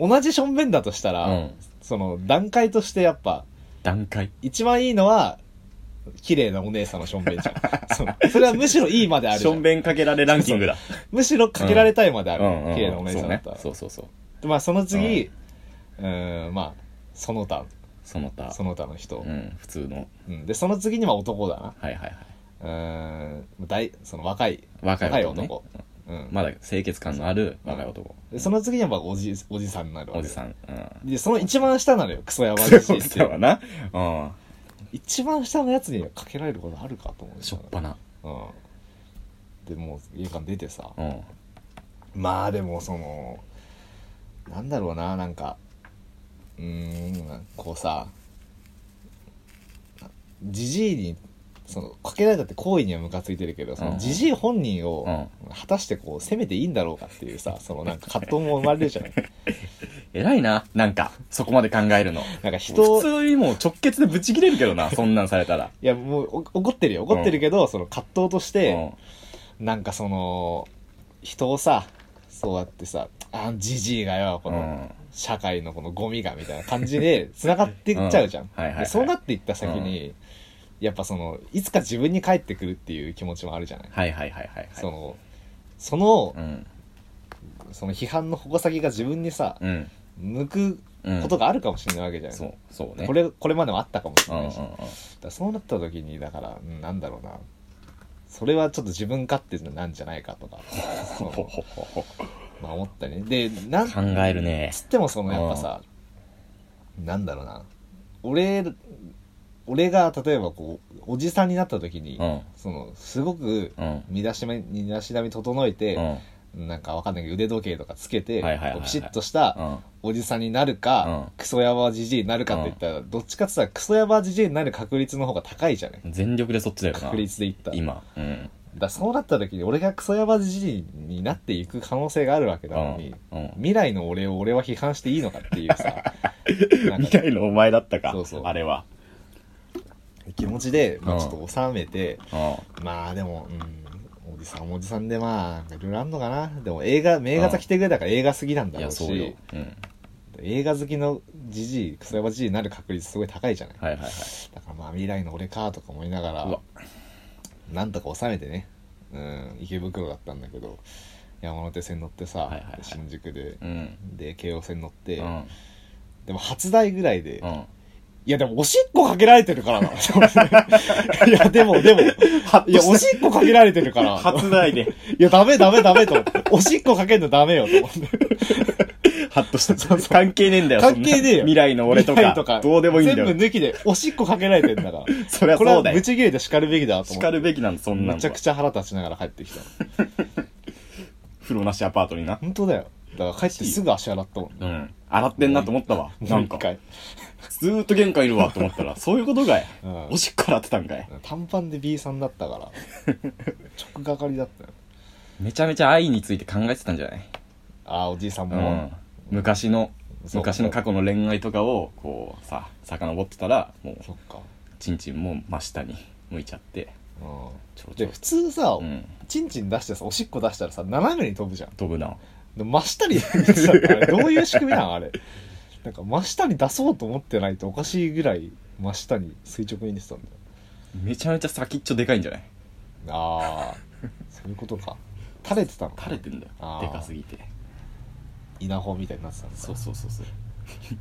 [SPEAKER 1] 同じしょんべんだとしたら、
[SPEAKER 2] うん
[SPEAKER 1] その段階としてやっぱ
[SPEAKER 2] 段階
[SPEAKER 1] 一番いいのは綺麗なお姉さんのしょんべんじゃん そのそれはむしろいいまである
[SPEAKER 2] し
[SPEAKER 1] じゃ
[SPEAKER 2] ょ
[SPEAKER 1] ん
[SPEAKER 2] んべんかけられランキングだ
[SPEAKER 1] むしろかけられたいまである、
[SPEAKER 2] うんうん
[SPEAKER 1] 綺麗なお姉さんだった
[SPEAKER 2] そう
[SPEAKER 1] ら
[SPEAKER 2] ねそうそうそう
[SPEAKER 1] でまあ、その次うんまあその他
[SPEAKER 2] その他
[SPEAKER 1] その他の人、
[SPEAKER 2] うん普通の
[SPEAKER 1] うんでその次には男だな
[SPEAKER 2] はいはいはい
[SPEAKER 1] うん大その若い
[SPEAKER 2] 若い男,、ね、
[SPEAKER 1] 若うん
[SPEAKER 2] まだ清潔感のある若い男、
[SPEAKER 1] でその次にはやっぱおじおじさんになるわけ
[SPEAKER 2] おじさんうん
[SPEAKER 1] でその一番下なのよクソヤバ
[SPEAKER 2] そ
[SPEAKER 1] じ
[SPEAKER 2] う
[SPEAKER 1] じいっ
[SPEAKER 2] そう
[SPEAKER 1] て
[SPEAKER 2] はなうん
[SPEAKER 1] 一番下のやつにかけられることあるかと思う
[SPEAKER 2] しょっぱな
[SPEAKER 1] うんでもう家館出てさ
[SPEAKER 2] うん
[SPEAKER 1] まあでもそのなんだろうななんかうーんこうさじじいにそのかけられたって行為にはムカついてるけどそ
[SPEAKER 2] うん
[SPEAKER 1] のじじい本人
[SPEAKER 2] う
[SPEAKER 1] を
[SPEAKER 2] ん
[SPEAKER 1] 果たしてこう責めていいんだろうかっていうさそのなんか葛藤も生まれるじ ゃない
[SPEAKER 2] 偉いななんかそこまで考えるの
[SPEAKER 1] なんか人を
[SPEAKER 2] 普通にもう直結でブチ切れるけどなそんなんされ たら
[SPEAKER 1] いやもうお怒ってるよ怒ってるけど、その葛藤として、なんかその人をさそうやってさあじじいがよ
[SPEAKER 2] う
[SPEAKER 1] こ
[SPEAKER 2] んう
[SPEAKER 1] の
[SPEAKER 2] ん
[SPEAKER 1] 社会のこのゴミがみたいな感じで 繋がっていっちゃうじゃん、
[SPEAKER 2] うんはいはいはい
[SPEAKER 1] でそうなっていった先に、やっぱそのいつか自分に返ってくるっていう気持ちもあるじゃない、
[SPEAKER 2] はいはいはいはいはい
[SPEAKER 1] そのその,、
[SPEAKER 2] うん
[SPEAKER 1] その批判の矛先が自分にさ、
[SPEAKER 2] うん
[SPEAKER 1] 向く
[SPEAKER 2] うん
[SPEAKER 1] ことがあるかもしれないわけじゃない、
[SPEAKER 2] そうそうね
[SPEAKER 1] これこれまでもあったかもし
[SPEAKER 2] うん
[SPEAKER 1] れ
[SPEAKER 2] う
[SPEAKER 1] ない
[SPEAKER 2] んうん
[SPEAKER 1] し、だからそうなった時にだから、うん、なんだろうなそれはちょっと自分勝手なんじゃないか とかそ
[SPEAKER 2] ほ
[SPEAKER 1] の
[SPEAKER 2] ほほほ
[SPEAKER 1] まあ思ったねでなん
[SPEAKER 2] 考えるね
[SPEAKER 1] つってもそのやっぱさなんだろうな俺俺が例えばこうおじさんになった時に、
[SPEAKER 2] うん
[SPEAKER 1] そのすごく
[SPEAKER 2] うん
[SPEAKER 1] 身だしなみ身だしなみ整えて、
[SPEAKER 2] うん
[SPEAKER 1] なんかわかんないけど腕時計とかつけて、
[SPEAKER 2] はいはいはいはい
[SPEAKER 1] こうピシッとした
[SPEAKER 2] うん
[SPEAKER 1] おじさんになるか、
[SPEAKER 2] うん
[SPEAKER 1] クソヤバじじいになるかって言ったら、どっちかって言ったらクソヤバじじいになる確率の方が高いじゃない
[SPEAKER 2] 全力でそっちだよな
[SPEAKER 1] 確率で言ったらだか
[SPEAKER 2] 今うん
[SPEAKER 1] らそうなった時に俺がクソヤバじじいになっていく可能性があるわけ
[SPEAKER 2] う
[SPEAKER 1] なのに
[SPEAKER 2] ん、うん
[SPEAKER 1] 未来の俺を俺は批判していいのかっていう さなん
[SPEAKER 2] 未
[SPEAKER 1] か
[SPEAKER 2] 来のお前だったか
[SPEAKER 1] そうそう
[SPEAKER 2] あれは
[SPEAKER 1] 気持ちで、ま
[SPEAKER 2] う
[SPEAKER 1] あ、
[SPEAKER 2] ん
[SPEAKER 1] ちょっと収めて、
[SPEAKER 2] うん
[SPEAKER 1] まあでも、うん、おじさんもおじさんでまあ、いろいろあんのかな。でも映画、名画座来てくれたから映画好きなんだろ
[SPEAKER 2] いや
[SPEAKER 1] うし、
[SPEAKER 2] そうよ、うん、映
[SPEAKER 1] 映画好きのじじい、クソヤバじじいになる確率すごい高いじゃない。
[SPEAKER 2] はいはいはい
[SPEAKER 1] だからまあ未来の俺かとか思いなが
[SPEAKER 2] う
[SPEAKER 1] ら
[SPEAKER 2] わ、
[SPEAKER 1] なんとか収めてね、うん、池袋だったんだけど、山手線乗ってさ、
[SPEAKER 2] はいはいはい
[SPEAKER 1] 新宿で、
[SPEAKER 2] うん
[SPEAKER 1] で、京王線乗って、
[SPEAKER 2] うん
[SPEAKER 1] でも初台ぐらいで、
[SPEAKER 2] うん
[SPEAKER 1] いやでもおしっこかけられてる からな。いやでもでも、いやおしっこかけられてるから。
[SPEAKER 2] 初台で
[SPEAKER 1] いや、ダメダメダメと思って。おしっこかけんのダメよと思って。
[SPEAKER 2] ハッとした。関係ねえんだよ、
[SPEAKER 1] 関係ねえよ
[SPEAKER 2] そんな未来の俺とか。
[SPEAKER 1] 未来
[SPEAKER 2] どうでもいいんだよ
[SPEAKER 1] 全。部抜きで、おしっこかけられてんだから。
[SPEAKER 2] そりゃ
[SPEAKER 1] これ
[SPEAKER 2] そ
[SPEAKER 1] は
[SPEAKER 2] うだ
[SPEAKER 1] ぶ
[SPEAKER 2] よ。
[SPEAKER 1] ち切れて叱るべきだと思
[SPEAKER 2] 叱
[SPEAKER 1] って。
[SPEAKER 2] るべきなんだ、そんな
[SPEAKER 1] め
[SPEAKER 2] の
[SPEAKER 1] ちゃく
[SPEAKER 2] は。
[SPEAKER 1] ちゃ腹立ちながら帰ってきた。
[SPEAKER 2] 風呂なしアパートにな。
[SPEAKER 1] 本当だよ。だから帰ってすぐ足洗ったもん。
[SPEAKER 2] うん。洗ってんなと思ったわ。な
[SPEAKER 1] もうん一
[SPEAKER 2] か。
[SPEAKER 1] 回。
[SPEAKER 2] ずーっと玄関いるわと思った ら、そういうことかい。
[SPEAKER 1] うん
[SPEAKER 2] おしっこ洗ってたんかい。
[SPEAKER 1] 短パンで B さんだったから。 直がかりだったよ。
[SPEAKER 2] めちゃめちゃ愛について考えてたんじゃない
[SPEAKER 1] ああ、おじいさん
[SPEAKER 2] う
[SPEAKER 1] も
[SPEAKER 2] ん。。昔の、
[SPEAKER 1] そう
[SPEAKER 2] 昔の過去の恋愛とかを、こう、さ、遡ってたら、もう、
[SPEAKER 1] そっか。
[SPEAKER 2] ちんちんも真下に向いちゃって、
[SPEAKER 1] う
[SPEAKER 2] ちょ
[SPEAKER 1] ん。
[SPEAKER 2] ち
[SPEAKER 1] で、
[SPEAKER 2] ょ
[SPEAKER 1] 普、通さ
[SPEAKER 2] う、ん。
[SPEAKER 1] チンチン出してさ、おしっこ出したらさ、斜めに飛ぶじゃん。
[SPEAKER 2] 飛ぶな。
[SPEAKER 1] で真下にあれどういう仕組みなのあれなんか真下に出そうと思ってないとおかしいぐらい真下に垂直に出てたんだよ
[SPEAKER 2] めちゃめちゃ先っちょでかいんじゃない
[SPEAKER 1] ああそういうことか垂れてたの
[SPEAKER 2] 垂れてんだよ
[SPEAKER 1] あ。ー
[SPEAKER 2] でかすぎて。
[SPEAKER 1] 稲穂みたいになってたんだ
[SPEAKER 2] そうそうそう そう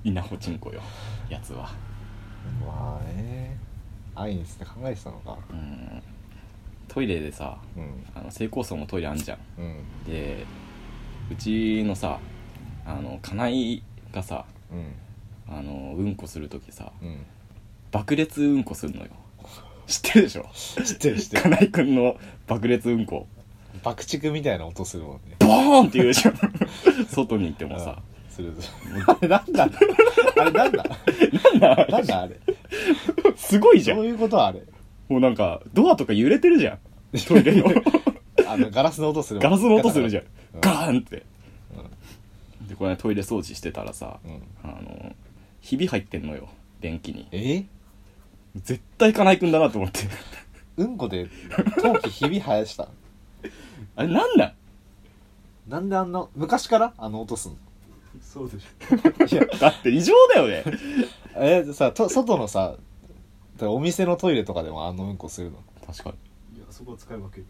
[SPEAKER 2] 稲穂ちんこよやつは
[SPEAKER 1] まあね愛について考えてたのか
[SPEAKER 2] うんトイレでさ
[SPEAKER 1] うん
[SPEAKER 2] あの性交渉のトイレあんじゃん
[SPEAKER 1] うん
[SPEAKER 2] でうちのさあの家内がさ
[SPEAKER 1] うん
[SPEAKER 2] あのうんこする時さ
[SPEAKER 1] うん
[SPEAKER 2] 爆裂うんこするのよ知ってるでしょ
[SPEAKER 1] 知ってる知って
[SPEAKER 2] 家
[SPEAKER 1] る
[SPEAKER 2] 内くんの爆裂うんこ
[SPEAKER 1] 爆竹みたいな音するもんね
[SPEAKER 2] ボーンって言うじゃん外に行っても
[SPEAKER 1] う
[SPEAKER 2] さ
[SPEAKER 1] んするぞ あれなんだあれなんだ
[SPEAKER 2] なん
[SPEAKER 1] な
[SPEAKER 2] だ
[SPEAKER 1] んだあれ
[SPEAKER 2] すごいじゃん
[SPEAKER 1] どういうことあれ
[SPEAKER 2] もうなんかドアとか揺れてるじ ゃんトイレの
[SPEAKER 1] あのガラスの音するも
[SPEAKER 2] ガラスの音するじゃん、
[SPEAKER 1] うん
[SPEAKER 2] ガーンって、でこれ、ね、トイレ掃除してたらさ、
[SPEAKER 1] うん
[SPEAKER 2] あのひび入ってんのよ便器に
[SPEAKER 1] え
[SPEAKER 2] 絶対金井くんだなと思って
[SPEAKER 1] うんこで陶器ひび生やした
[SPEAKER 2] あれなんなん
[SPEAKER 1] なんであんな昔からあの音すんの
[SPEAKER 2] そうでし
[SPEAKER 1] いや
[SPEAKER 2] ょだって異常だよね
[SPEAKER 1] えさと外のさお店のトイレとかでもあのうんこするの
[SPEAKER 2] 確かに
[SPEAKER 3] いやそこは使い分け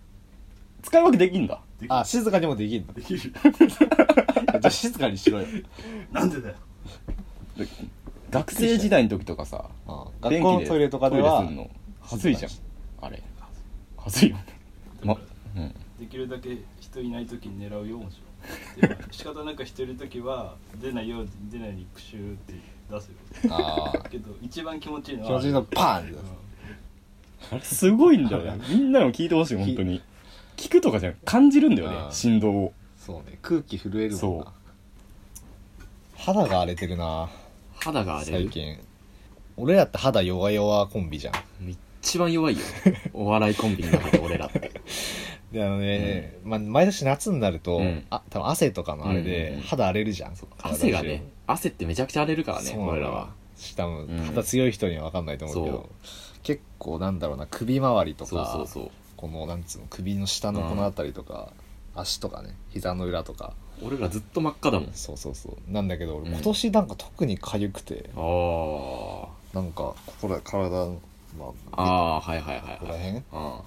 [SPEAKER 2] 使い分けできんだ
[SPEAKER 3] できる
[SPEAKER 1] あ静かにもできる の
[SPEAKER 3] できる
[SPEAKER 1] じゃあ静かにしろよ、
[SPEAKER 3] なんでだよ
[SPEAKER 2] で学生時代の時とかさ
[SPEAKER 1] うん学校のトイレとかで
[SPEAKER 2] トイレ
[SPEAKER 1] は
[SPEAKER 2] すんのはずいじゃんあれはずいよねまうん
[SPEAKER 3] できるだけ人いない時に狙うよもちろんでも仕方なく人いる時は出ないよう出ないようにプシューって出すよ
[SPEAKER 1] あー
[SPEAKER 3] けど一番気持ちいいのは
[SPEAKER 1] 気持ちいいのパーンって
[SPEAKER 2] あれすごいんだよねみんなの聞いてほしい本当に聞くとかじゃん感じるんだよね
[SPEAKER 1] あー
[SPEAKER 2] 振動を
[SPEAKER 1] そうね空気震えるもん
[SPEAKER 2] そう
[SPEAKER 1] な肌が荒れてるな
[SPEAKER 2] 肌が
[SPEAKER 1] 最近俺らって肌弱々コンビじゃん
[SPEAKER 2] 一番弱い よお笑いコンビの中で俺ら って
[SPEAKER 1] であのね、まあ、毎年夏になると、
[SPEAKER 2] うん
[SPEAKER 1] あ多分汗とかのあれ
[SPEAKER 2] うんうんう
[SPEAKER 1] で
[SPEAKER 2] ん
[SPEAKER 1] 肌荒れるじゃん、
[SPEAKER 2] 汗がね汗ってめちゃくちゃ荒れるからね
[SPEAKER 1] そうなの
[SPEAKER 2] 俺らは
[SPEAKER 1] 多分
[SPEAKER 2] うん
[SPEAKER 1] 肌強い人には分かんないと思うけど、
[SPEAKER 2] そう
[SPEAKER 1] 結構なんだろうな首周りとか
[SPEAKER 2] そうそうそう
[SPEAKER 1] このなんつうの首の下のこの辺りとか、足とかね膝の裏とか
[SPEAKER 2] 俺らずっと真っ赤だもん
[SPEAKER 1] そうそうそうなんだけど俺
[SPEAKER 2] うん
[SPEAKER 1] 今年なんか特に痒くて、
[SPEAKER 2] あ
[SPEAKER 1] なんかここら体の、ま
[SPEAKER 2] あ
[SPEAKER 1] あ、
[SPEAKER 2] ああーはいはいは
[SPEAKER 1] ここ
[SPEAKER 2] い
[SPEAKER 1] ら
[SPEAKER 2] はい
[SPEAKER 1] 辺
[SPEAKER 2] う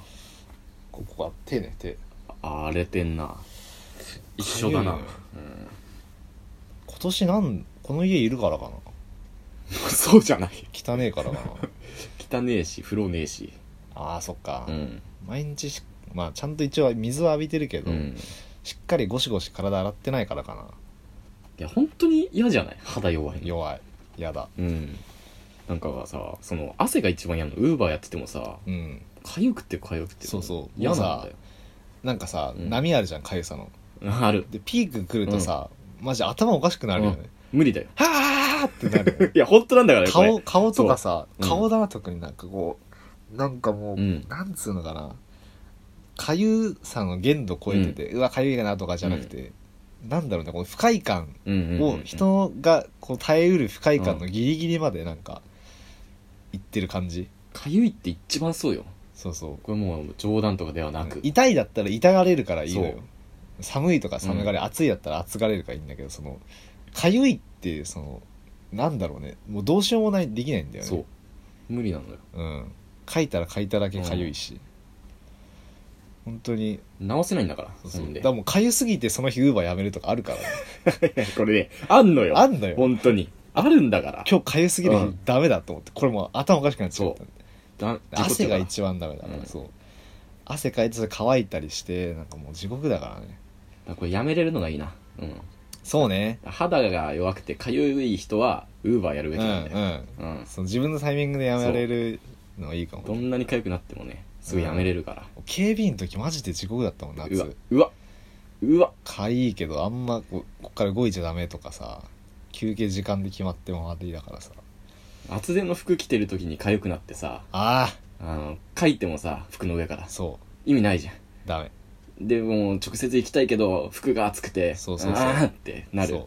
[SPEAKER 1] ここが手ね手
[SPEAKER 2] ん荒れてんな一緒だな
[SPEAKER 1] 痒いのよ今年なんこの家いるからかな
[SPEAKER 2] うん そうじゃない
[SPEAKER 1] 汚ねえ からかな
[SPEAKER 2] 汚ねえし風呂ねえし
[SPEAKER 1] あーそっか、
[SPEAKER 2] うん
[SPEAKER 1] 毎日しまあちゃんと一応水は浴びてるけど、
[SPEAKER 2] うん
[SPEAKER 1] しっかりゴシゴシ体洗ってないからかない
[SPEAKER 2] や本当に嫌じゃない肌弱いの
[SPEAKER 1] 弱いやだ
[SPEAKER 2] うんなんかはさその汗が一番嫌なのウーバーやっててもさ
[SPEAKER 1] うん
[SPEAKER 2] かゆくてかゆくて
[SPEAKER 1] そうそう
[SPEAKER 2] 嫌なんだよ
[SPEAKER 1] なんかさ、
[SPEAKER 2] うん
[SPEAKER 1] 波あるじゃんかゆさの
[SPEAKER 2] ある
[SPEAKER 1] でピーク来るとさ、マジ頭おかしくなるよね、
[SPEAKER 2] 無理だよ
[SPEAKER 1] はあってなるよね
[SPEAKER 2] いや本当なんだからこれ
[SPEAKER 1] 顔顔とかさ
[SPEAKER 2] そう
[SPEAKER 1] 顔だな特になんかこうなんかもう、
[SPEAKER 2] うん
[SPEAKER 1] なんつうのかなかゆさの限度超えてて、うわかゆいなとかじゃなくて、なんだろうねこの不快感
[SPEAKER 2] うんうんうんうん
[SPEAKER 1] を人がこう耐えうる不快感のギリギリまでなんかいってる感じ
[SPEAKER 2] かゆいって一番そうよ
[SPEAKER 1] そうそう
[SPEAKER 2] これもう冗談とかではなく
[SPEAKER 1] 痛いだったら痛がれるからいいの
[SPEAKER 2] そ
[SPEAKER 1] よ寒いとか寒がれ、暑いだったら暑がれるからいいんだけどそのかゆいってそのなんだろうねもうどうしようもないできないんだよね
[SPEAKER 2] そう無理なのよ
[SPEAKER 1] うん書いたら書いただけかゆいし、本当に
[SPEAKER 2] 直せないんだから
[SPEAKER 1] そうそう
[SPEAKER 2] なんで
[SPEAKER 1] だからもうかゆすぎてその日ウーバーやめるとかある からね
[SPEAKER 2] これねあんのよ
[SPEAKER 1] あんのよ
[SPEAKER 2] 本当にあるんだから
[SPEAKER 1] 今日かゆすぎる
[SPEAKER 2] う
[SPEAKER 1] 日
[SPEAKER 2] ん
[SPEAKER 1] ダメだと思ってこれもう頭おかしくなっちゃった
[SPEAKER 2] そだ
[SPEAKER 1] 汗が
[SPEAKER 2] 事故っち
[SPEAKER 1] 一番ダメだから、
[SPEAKER 2] うん
[SPEAKER 1] そう汗かいてそれ乾いたりしてなんかもう地獄だからね
[SPEAKER 2] ゃうからこれやめれるのがいいなうん
[SPEAKER 1] そうね
[SPEAKER 2] 肌が弱くてかゆい人はウーバーやる
[SPEAKER 1] う
[SPEAKER 2] べ
[SPEAKER 1] ん
[SPEAKER 2] き
[SPEAKER 1] う
[SPEAKER 2] なんだよ、
[SPEAKER 1] ん
[SPEAKER 2] うん
[SPEAKER 1] その自分のタイミングでやめられるのはいいかも
[SPEAKER 2] どんなにかゆくなってもねすぐやめれるから、
[SPEAKER 1] 警備員の時マジで地獄だったもん
[SPEAKER 2] う
[SPEAKER 1] 夏
[SPEAKER 2] わうわうわ
[SPEAKER 1] かいいけどあんまこうこっから動いちゃダメとかさ休憩時間で決まっても悪いだからさ
[SPEAKER 2] 厚手の服着てる時にかゆくなってさ
[SPEAKER 1] あ
[SPEAKER 2] あのかいてもさ服の上から
[SPEAKER 1] あそう
[SPEAKER 2] 意味ないじゃん
[SPEAKER 1] ダメ
[SPEAKER 2] でもう直接行きたいけど服が熱くて
[SPEAKER 1] そうそうそう
[SPEAKER 2] あーってな
[SPEAKER 1] そ
[SPEAKER 2] る
[SPEAKER 1] う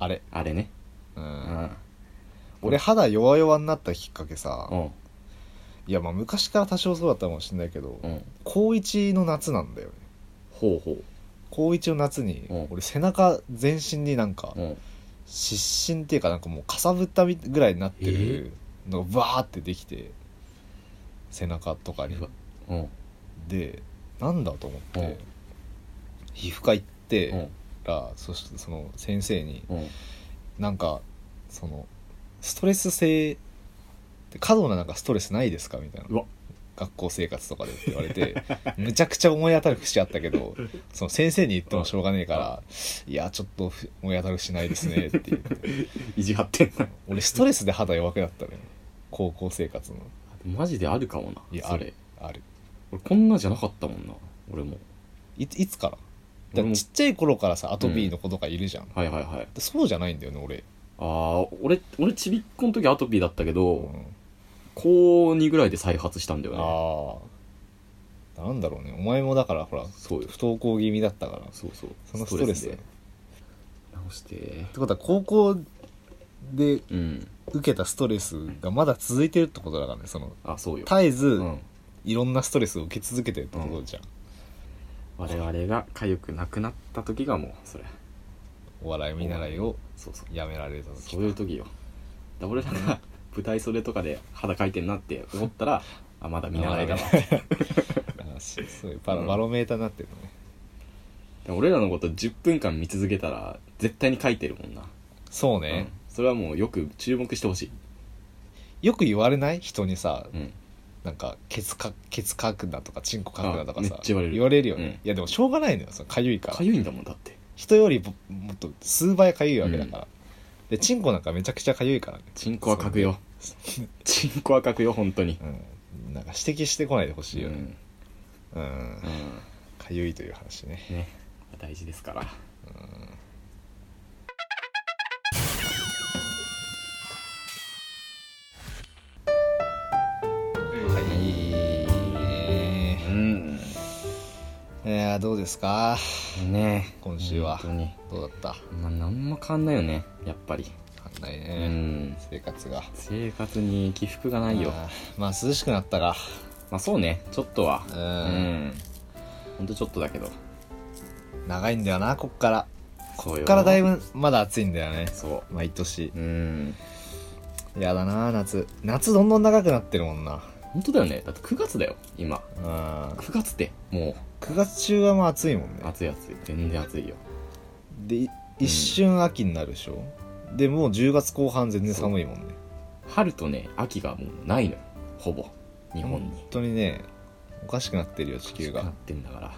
[SPEAKER 1] あれ
[SPEAKER 2] あれね
[SPEAKER 1] う
[SPEAKER 2] うんん
[SPEAKER 1] 俺肌弱々になったきっかけさ
[SPEAKER 2] うん
[SPEAKER 1] いやまあ昔から多少そうだったかもしれないけど
[SPEAKER 2] うん
[SPEAKER 1] 高1の夏なんだよね
[SPEAKER 2] ほうほ
[SPEAKER 1] 高1の夏に
[SPEAKER 2] うん
[SPEAKER 1] 俺背中全身になんか
[SPEAKER 2] ううん
[SPEAKER 1] 湿疹っていうかなんかもうかさぶったみぐらいになってるのがバーってできて背中とかに
[SPEAKER 2] うわうん
[SPEAKER 1] でなんだと思っ
[SPEAKER 2] う
[SPEAKER 1] て
[SPEAKER 2] ん
[SPEAKER 1] 皮膚科行っ
[SPEAKER 2] う
[SPEAKER 1] て
[SPEAKER 2] ん
[SPEAKER 1] らそしてその先生に
[SPEAKER 2] うん
[SPEAKER 1] なんかそのストレス性過度ななんかストレスないですかみたいな
[SPEAKER 2] うわ
[SPEAKER 1] 学校生活とかでって言われて むちゃくちゃ思い当たる節あったけど その先生に言ってもしょうがねえから「いやちょっとふ思い当たる節ないですね」って言って
[SPEAKER 2] 意地張ってんな
[SPEAKER 1] 俺ストレスで肌弱くなったのよ高校生活の
[SPEAKER 2] マジであるかもない
[SPEAKER 1] や
[SPEAKER 2] そ
[SPEAKER 1] あ
[SPEAKER 2] れ
[SPEAKER 1] るある
[SPEAKER 2] 俺こんなじゃなかったもんな俺も
[SPEAKER 1] いついつからだか
[SPEAKER 2] 俺も
[SPEAKER 1] らちっちゃい頃からさアトピーの子とかいるじゃん、
[SPEAKER 2] はいはいはい
[SPEAKER 1] そうじゃないんだよね俺、
[SPEAKER 2] ああ俺俺ちびっこの時アトピーだったけど、
[SPEAKER 1] うん
[SPEAKER 2] 高2ぐらいで再発したんだよね
[SPEAKER 1] ああなんだろうねお前もだからほら
[SPEAKER 2] そうよ
[SPEAKER 1] 不登校気味だったから
[SPEAKER 2] そうそう
[SPEAKER 1] そのストレス
[SPEAKER 2] で
[SPEAKER 1] で
[SPEAKER 2] 直して
[SPEAKER 1] ってことは高校で
[SPEAKER 2] うん
[SPEAKER 1] 受けたストレスがまだ続いてるってことだからねその
[SPEAKER 2] あそうよ
[SPEAKER 1] 絶えず、
[SPEAKER 2] うん
[SPEAKER 1] いろんなストレスを受け続けてるってことじゃん、
[SPEAKER 2] 我々が痒くなくなった時がもうそれ
[SPEAKER 1] お笑い見習いを
[SPEAKER 2] そうそう
[SPEAKER 1] やめられた
[SPEAKER 2] そ
[SPEAKER 1] 時
[SPEAKER 2] ういう時よだ俺らが舞台袖とかで肌かいてんなって思ったらあまだ見習いだわ
[SPEAKER 1] ああしそういうパラ
[SPEAKER 2] うん
[SPEAKER 1] バロメーターになってるのね、
[SPEAKER 2] でも俺らのこと10分間見続けたら絶対に書いてるもんな、
[SPEAKER 1] そう
[SPEAKER 2] う
[SPEAKER 1] ね
[SPEAKER 2] ん、それはもうよく注目してほしい、
[SPEAKER 1] よく言われない人にさ
[SPEAKER 2] うん、
[SPEAKER 1] なんかケツかケツ書くんだとかチンコ書くんだとかさ
[SPEAKER 2] あめっちゃ言われる
[SPEAKER 1] よね、
[SPEAKER 2] うん
[SPEAKER 1] いやでもしょうがないのよそのかゆいから
[SPEAKER 2] かゆいんだもんだって
[SPEAKER 1] 人よりももっと数倍かゆいわけだから、でチンコなんかめちゃくちゃかゆいからね
[SPEAKER 2] チンコは書くよチンコは書くよ本当に
[SPEAKER 1] うんなんか指摘してこないでほしいよねうん
[SPEAKER 2] うんうん
[SPEAKER 1] かゆいという話ね
[SPEAKER 2] ね大事ですから
[SPEAKER 3] はい
[SPEAKER 1] え
[SPEAKER 2] うん
[SPEAKER 1] ー、いやーどうですか
[SPEAKER 2] ね
[SPEAKER 1] 今週は
[SPEAKER 2] 本当に
[SPEAKER 1] どうだったわ
[SPEAKER 2] まあ何も変わんないよねやっぱり
[SPEAKER 1] かんないうね、
[SPEAKER 2] ん
[SPEAKER 1] 生活が
[SPEAKER 2] 生活に起伏がないよ
[SPEAKER 1] あーまあ涼しくなったか
[SPEAKER 2] まあそうねちょっとは
[SPEAKER 1] うん
[SPEAKER 2] うんほんとちょっとだけど
[SPEAKER 1] 長いんだよなこっから
[SPEAKER 2] こ
[SPEAKER 1] こっからだいぶまだ暑いんだよね
[SPEAKER 2] そ
[SPEAKER 1] 毎年
[SPEAKER 2] ううん
[SPEAKER 1] やだな夏夏どんどん長くなってるもんな
[SPEAKER 2] 本当だよねだって9月だよ今
[SPEAKER 1] うん9
[SPEAKER 2] 9月っても
[SPEAKER 1] 月中はまあ暑いもんね
[SPEAKER 2] う暑い暑い全然暑いよ
[SPEAKER 1] でい一瞬秋になるでしょ、でもう10月後半全然寒いもんね
[SPEAKER 2] 春とね秋がもうないのよほぼ日本に
[SPEAKER 1] 本当にねおかしくなってるよ地球
[SPEAKER 2] なっ
[SPEAKER 1] が
[SPEAKER 2] てんだから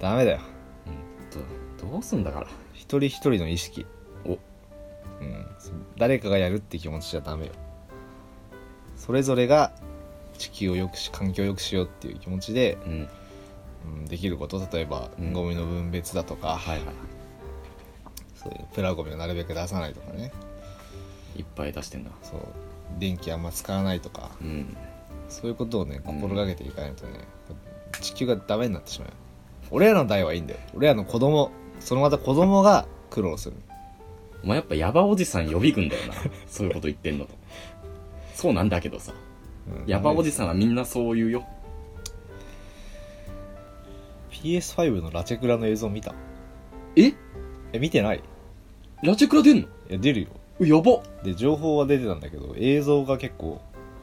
[SPEAKER 1] ダメだよ
[SPEAKER 2] うんとどうすんだから
[SPEAKER 1] 一人一人の意識
[SPEAKER 2] お
[SPEAKER 1] うん誰かがやるって気持ちじゃダメよそれぞれが地球をよくし環境をよくしようっていう気持ちで、
[SPEAKER 2] うん
[SPEAKER 1] うん、できること例えば
[SPEAKER 2] うん
[SPEAKER 1] ゴミの分別だとか、
[SPEAKER 2] はいはいは
[SPEAKER 1] そういうプラゴミをなるべく出さないとかね
[SPEAKER 2] いいっぱい出してんだ
[SPEAKER 1] そう電気あんま使わないとか
[SPEAKER 2] うん
[SPEAKER 1] そういうことをね心がけていかないとね、地球がダメになってしまうよ俺らの代はいいんだよ俺らの子供そのまた子供が苦労する
[SPEAKER 2] お前やっぱヤバおじさん予備軍だよ なそういうこと言ってんのとそうなんだけどさ
[SPEAKER 1] うん
[SPEAKER 2] ヤバおじさんはみんなそう言うよ
[SPEAKER 1] PS5 のラチェクラの映像見た
[SPEAKER 2] え
[SPEAKER 1] え見てない
[SPEAKER 2] ラチェクラ出んの
[SPEAKER 1] いや出るよ
[SPEAKER 2] うやば
[SPEAKER 1] で情報は出てたんだけど映像が結構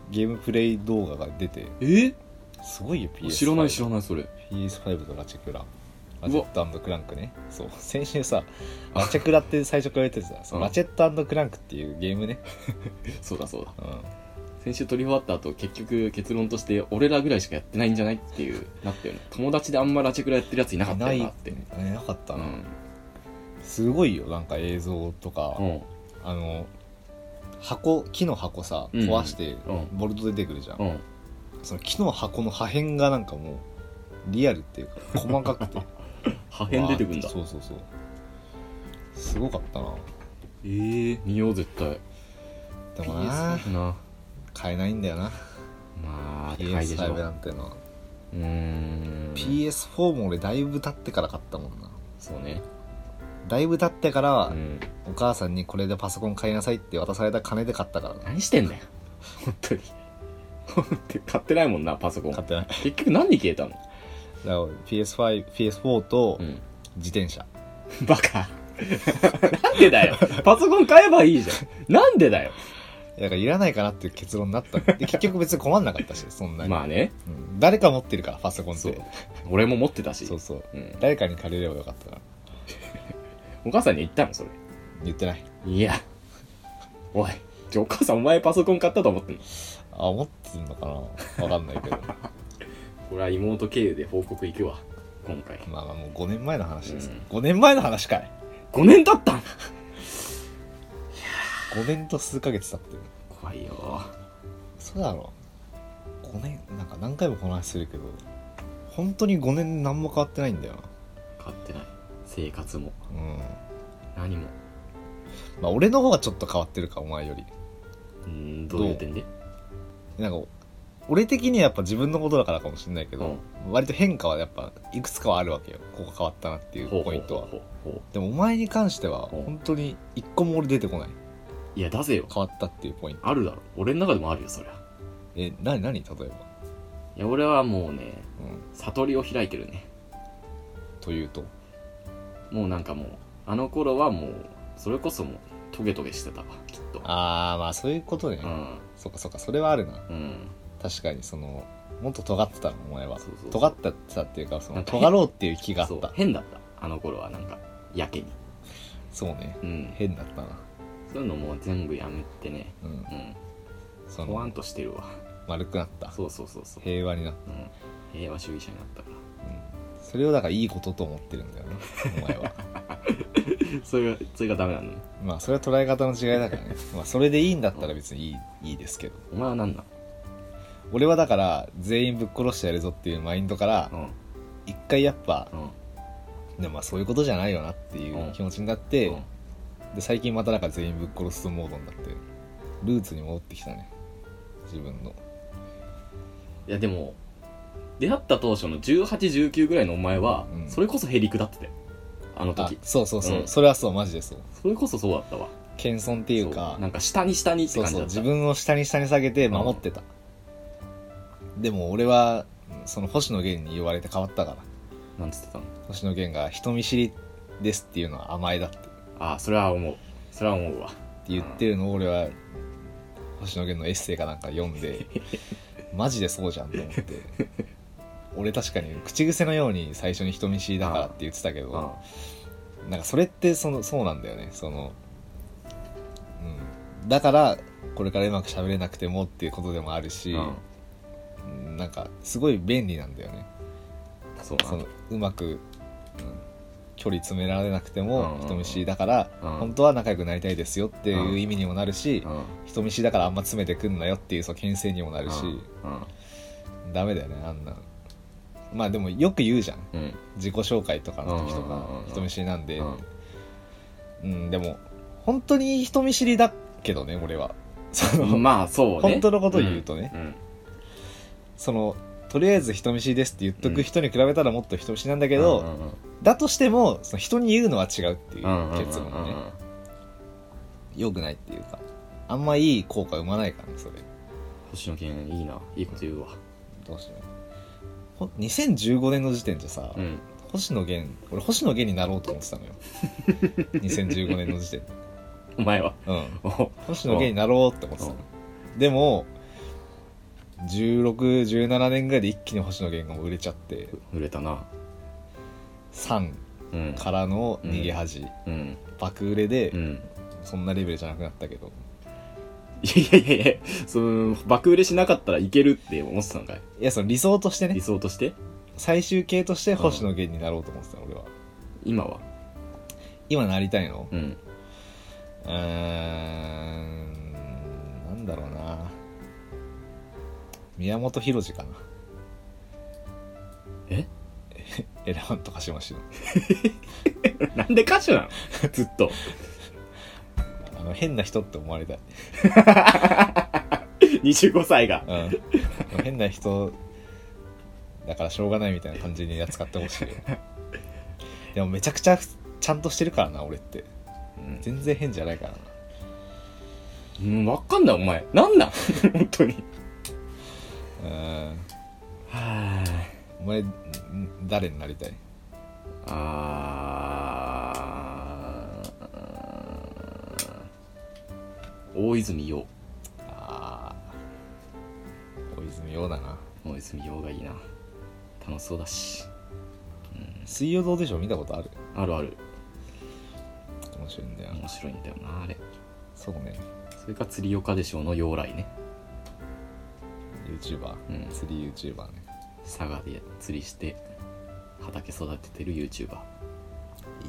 [SPEAKER 1] ゲームプレイ動画が出て
[SPEAKER 2] え
[SPEAKER 1] すごいよ PS5
[SPEAKER 2] 知らない知らないそれ
[SPEAKER 1] PS5 とラチェクララチェットクランクねそう先週さラチェクラって最初から言ってたそう
[SPEAKER 2] うん
[SPEAKER 1] ラチェットクランクっていうゲームね、
[SPEAKER 2] そうだそうだ
[SPEAKER 1] うん、
[SPEAKER 2] 先週撮り終わった後結局結論として俺らぐらいしかやってないんじゃないっていうなったよね友達であんまラチェクラやってるやついなかったよなって
[SPEAKER 1] いなかった
[SPEAKER 2] う
[SPEAKER 1] な、
[SPEAKER 2] ん
[SPEAKER 1] すごいよなんか映像とか、
[SPEAKER 2] うん
[SPEAKER 1] あの箱木の箱さ
[SPEAKER 2] うん
[SPEAKER 1] 壊して
[SPEAKER 2] う
[SPEAKER 1] ボルトで出てくるじゃん、
[SPEAKER 2] うん
[SPEAKER 1] その木の箱の破片がなんかもうリアルっていう か細かくて
[SPEAKER 2] 破片出てくんだ
[SPEAKER 1] わーってそうそうそうすごかったな
[SPEAKER 2] ええ見よう絶対
[SPEAKER 1] でもな
[SPEAKER 2] PS5 な
[SPEAKER 1] 買えないんだよな
[SPEAKER 2] まあ高いでしょ
[SPEAKER 1] PS5
[SPEAKER 2] う
[SPEAKER 1] なんてのは、
[SPEAKER 2] ーん
[SPEAKER 1] PS4 も俺だいぶ経ってから買ったもんな
[SPEAKER 2] そうね
[SPEAKER 1] だいぶ経ってからは、
[SPEAKER 2] うん
[SPEAKER 1] お母さんにこれでパソコン買いなさいって渡された金で買ったからな
[SPEAKER 2] 何してんだよ本当に本当に買ってないもんなパソコン
[SPEAKER 1] 買ってない
[SPEAKER 2] 結局何に消えたの
[SPEAKER 1] だから PS5、PS4 と
[SPEAKER 2] うん
[SPEAKER 1] 自転車。
[SPEAKER 2] バカなんでだよパソコン買えばいいじゃんなんでだよ
[SPEAKER 1] だからいらないかなっていう結論にな った。で、結局別に困んなかったし、そんなに。
[SPEAKER 2] まあね
[SPEAKER 1] うん誰か持ってるから、パソコンって。
[SPEAKER 2] そ
[SPEAKER 1] そうう
[SPEAKER 2] 俺も持ってたし
[SPEAKER 1] そう
[SPEAKER 2] うん
[SPEAKER 1] 誰かに借りればよかったな。
[SPEAKER 2] お母さんに言ったのそれ
[SPEAKER 1] 言ってない。
[SPEAKER 2] いやおいじゃあお母さんお前パソコン買ったと思ってんの
[SPEAKER 1] あ、持ってんのかなわかんないけど。
[SPEAKER 2] これは妹経由で報告行くわ今回
[SPEAKER 1] まあまあもう5年前の話です。
[SPEAKER 2] うん
[SPEAKER 1] 5年前の話かい。
[SPEAKER 2] 5年経ったん
[SPEAKER 1] 5年と数ヶ月経ってる。
[SPEAKER 2] 怖いよ
[SPEAKER 1] そうだろ。5年、なんか何回もこの話するけど、本当に5年何も変わってないんだよな。
[SPEAKER 2] 買ってない生活も
[SPEAKER 1] うん。
[SPEAKER 2] 何も
[SPEAKER 1] まあ俺の方がちょっと変わってるか、お前より。
[SPEAKER 2] うんどういう
[SPEAKER 1] どう
[SPEAKER 2] 点で
[SPEAKER 1] なんか俺的にはやっぱ自分のことだからかもしれないけど、割と変化はやっぱいくつかはあるわけよここ変わったなっていう
[SPEAKER 2] ほう
[SPEAKER 1] ポイントは
[SPEAKER 2] ほうほうほう
[SPEAKER 1] でもお前に関しては
[SPEAKER 2] ほう
[SPEAKER 1] 本当に一個も俺出てこない
[SPEAKER 2] いや出せよ
[SPEAKER 1] 変わったっていうポイント
[SPEAKER 2] あるだろ俺の中でもあるよそりゃ
[SPEAKER 1] え何何例えば、
[SPEAKER 2] いや俺はもうね
[SPEAKER 1] うん、
[SPEAKER 2] 悟りを開いてるね
[SPEAKER 1] というと
[SPEAKER 2] もうなんかもうあの頃はもうそれこそもうトゲトゲしてたわきっと
[SPEAKER 1] ああまあそういうことね、
[SPEAKER 2] うん
[SPEAKER 1] そっかそっかそれはあるな
[SPEAKER 2] うん確
[SPEAKER 1] 確かにそのもっと尖ってたのお前は
[SPEAKER 2] そうそう
[SPEAKER 1] 尖ってたっていうかそ
[SPEAKER 2] な
[SPEAKER 1] の
[SPEAKER 2] んか変
[SPEAKER 1] 尖ろうっていう気があった
[SPEAKER 2] そ
[SPEAKER 1] そうう
[SPEAKER 2] 変だったあの頃はなんかやけに
[SPEAKER 1] ね
[SPEAKER 2] うん
[SPEAKER 1] 変だったな
[SPEAKER 2] そういうのもう全部やめてね
[SPEAKER 1] うん
[SPEAKER 2] うん
[SPEAKER 1] そ
[SPEAKER 2] ポワン
[SPEAKER 1] の
[SPEAKER 2] としてるわ
[SPEAKER 1] 丸くなった
[SPEAKER 2] そうそうそうそう、
[SPEAKER 1] 平和になった
[SPEAKER 2] うん、平和主義者になったか
[SPEAKER 1] うんそれをだからいいことと思ってるんだよねお前 は
[SPEAKER 2] らそれがそれがダメなのね
[SPEAKER 1] まあそれは捉え方の違いだからねまあそれでいいんだったら別にいいいいですけど
[SPEAKER 2] お前は何な
[SPEAKER 1] 俺はだから全員ぶっ殺してやるぞっていうマインドから
[SPEAKER 2] の
[SPEAKER 1] 一回やっぱ
[SPEAKER 2] うんうん
[SPEAKER 1] でもまあそういうことじゃないよなっていう気持ちになって、
[SPEAKER 2] うん
[SPEAKER 1] で最近またなんか全員ぶっ殺すモードになってルーツに戻ってきたね自分の
[SPEAKER 2] いやでも出会った当初の1819ぐらいのお前は、
[SPEAKER 1] うん
[SPEAKER 2] それこそへりくだってたよあの
[SPEAKER 1] あ
[SPEAKER 2] 時
[SPEAKER 1] そうそうそう、
[SPEAKER 2] うん
[SPEAKER 1] それはそうマジでそう
[SPEAKER 2] それこそそうだったわ
[SPEAKER 1] 謙遜っていう
[SPEAKER 2] そ
[SPEAKER 1] か
[SPEAKER 2] なんか下に下にって
[SPEAKER 1] そう
[SPEAKER 2] 感じ
[SPEAKER 1] そう
[SPEAKER 2] だった
[SPEAKER 1] 自分を下に下に下げて守ってた、でも俺はその星野源に言われて変わったから
[SPEAKER 2] なんつってたの
[SPEAKER 1] 星野源が人見知りですっていうのは甘えだってって
[SPEAKER 2] ああそれは思うそれは思うわ
[SPEAKER 1] 言ってるのを俺は星野源のエッセイかなんか読ん でマジでそうじゃんと思って俺確かに口癖のように最初に人見知りだからって言ってたけ
[SPEAKER 2] うん
[SPEAKER 1] どなんかそれってそのそうなんだよねその、うん、だからこれからうまく喋れなくてもっていうことでもあるし、
[SPEAKER 2] うん
[SPEAKER 1] うんなんかすごい便利なんだよね
[SPEAKER 2] そう
[SPEAKER 1] そ
[SPEAKER 2] な
[SPEAKER 1] のうまく、うん距離詰められなくて
[SPEAKER 2] うんうん
[SPEAKER 1] も
[SPEAKER 2] うん
[SPEAKER 1] 人見知りだから
[SPEAKER 2] うん
[SPEAKER 1] 本当は仲良くなりたいですよっていう意味にもなるし
[SPEAKER 2] うん
[SPEAKER 1] 人見知りだからあんま詰めてくんなよっていうそう牽制にもなるし
[SPEAKER 2] うん
[SPEAKER 1] ダメだよねあんなのまあでもよく言うじゃん
[SPEAKER 2] うん
[SPEAKER 1] 自己紹介とかの時と
[SPEAKER 2] うんうんうん
[SPEAKER 1] か
[SPEAKER 2] うん
[SPEAKER 1] 人見知りなんで
[SPEAKER 2] うん
[SPEAKER 1] うんでも本当に人見知りだけどね俺はその
[SPEAKER 2] まあそうね
[SPEAKER 1] 本当のことを言うとね
[SPEAKER 2] んん
[SPEAKER 1] そのとりあえず人見知りですって言っとく人に比べたらもっと人見知りなんだけど、
[SPEAKER 2] うんうん
[SPEAKER 1] だとしてもその人に言うのは違うっていう
[SPEAKER 2] うんうんうん
[SPEAKER 1] 結論ね良くないっていうかあんまいい効果生まないからねそれ
[SPEAKER 2] 星野源いいないいこと言うわ
[SPEAKER 1] どうしようほ2015年の時点じゃさ、
[SPEAKER 2] うん
[SPEAKER 1] 星野源俺星野源になろうと思ってたの よ2015年の時点で、
[SPEAKER 2] お前は
[SPEAKER 1] うん、
[SPEAKER 2] お
[SPEAKER 1] 星野源になろうって思ってたのでも1617年ぐらいで一気に星野源がもう売れちゃって
[SPEAKER 2] 売れたな
[SPEAKER 1] 3
[SPEAKER 2] うん
[SPEAKER 1] からの逃げ恥、
[SPEAKER 2] うん
[SPEAKER 1] 爆売れ
[SPEAKER 2] う
[SPEAKER 1] で
[SPEAKER 2] ん
[SPEAKER 1] そんなレベルじゃなくなったけど
[SPEAKER 2] いやいやいやいやその爆売れしなかったらいけるって思ってたんかい
[SPEAKER 1] いやその理想としてね
[SPEAKER 2] 理想として
[SPEAKER 1] 最終形として星野源になろうと思ってたの俺は
[SPEAKER 2] 今は
[SPEAKER 1] 今なりたいの
[SPEAKER 2] うん
[SPEAKER 1] うーんなんだろうな宮本浩次かな
[SPEAKER 2] え
[SPEAKER 1] エレファントカシマシの
[SPEAKER 2] なん で歌手なのずっと
[SPEAKER 1] あの変な人って思われたい、
[SPEAKER 2] 25歳が
[SPEAKER 1] うん 変な人だからしょうがないみたいな感じに扱ってほしいよでもめちゃくちゃちゃんとしてるからな俺って
[SPEAKER 2] うん
[SPEAKER 1] 全然変じゃないからな
[SPEAKER 2] うんわかんないお前なんなん 本当に
[SPEAKER 1] うん
[SPEAKER 2] は
[SPEAKER 1] お前ん誰になりたい
[SPEAKER 2] ああー大泉洋
[SPEAKER 1] ああ大泉洋だな
[SPEAKER 2] 大泉洋がいいな楽しそうだし
[SPEAKER 1] 水曜どうでしょう見たことある
[SPEAKER 2] あるある
[SPEAKER 1] 面白いんだよ
[SPEAKER 2] 面白いんだよなあれ
[SPEAKER 1] そうね
[SPEAKER 2] それか釣り岡でしょうの洋来ね
[SPEAKER 1] YouTuber、
[SPEAKER 2] うん
[SPEAKER 1] 釣り YouTuber ね
[SPEAKER 2] 佐賀で釣りして畑育ててる YouTuber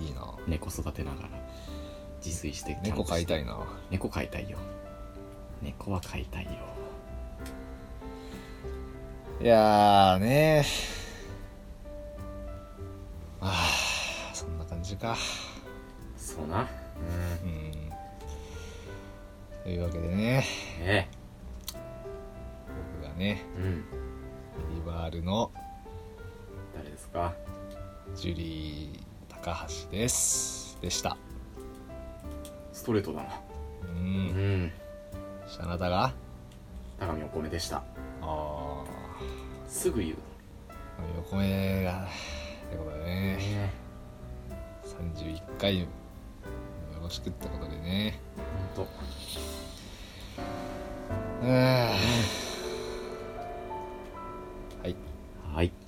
[SPEAKER 1] いいな
[SPEAKER 2] 猫育てながら自炊してキャンプして
[SPEAKER 1] 猫飼いたいな
[SPEAKER 2] 猫飼いたいよ猫は飼いたいよ
[SPEAKER 1] いやーねあーそんな感じか
[SPEAKER 2] そうなうん
[SPEAKER 1] うんというわけでね
[SPEAKER 2] え
[SPEAKER 1] 僕がね
[SPEAKER 2] えうん
[SPEAKER 1] リバールの
[SPEAKER 2] 誰ですか
[SPEAKER 1] ジュリー高橋ですでした
[SPEAKER 2] ストレートだな
[SPEAKER 1] う
[SPEAKER 2] うんん
[SPEAKER 1] じゃああなたが
[SPEAKER 2] 高見お米でした
[SPEAKER 1] あ
[SPEAKER 2] すぐ言う
[SPEAKER 1] あ横目がってことでね
[SPEAKER 2] え
[SPEAKER 1] 31回よろしくってことでね
[SPEAKER 2] えほんと
[SPEAKER 1] うんはい
[SPEAKER 2] はい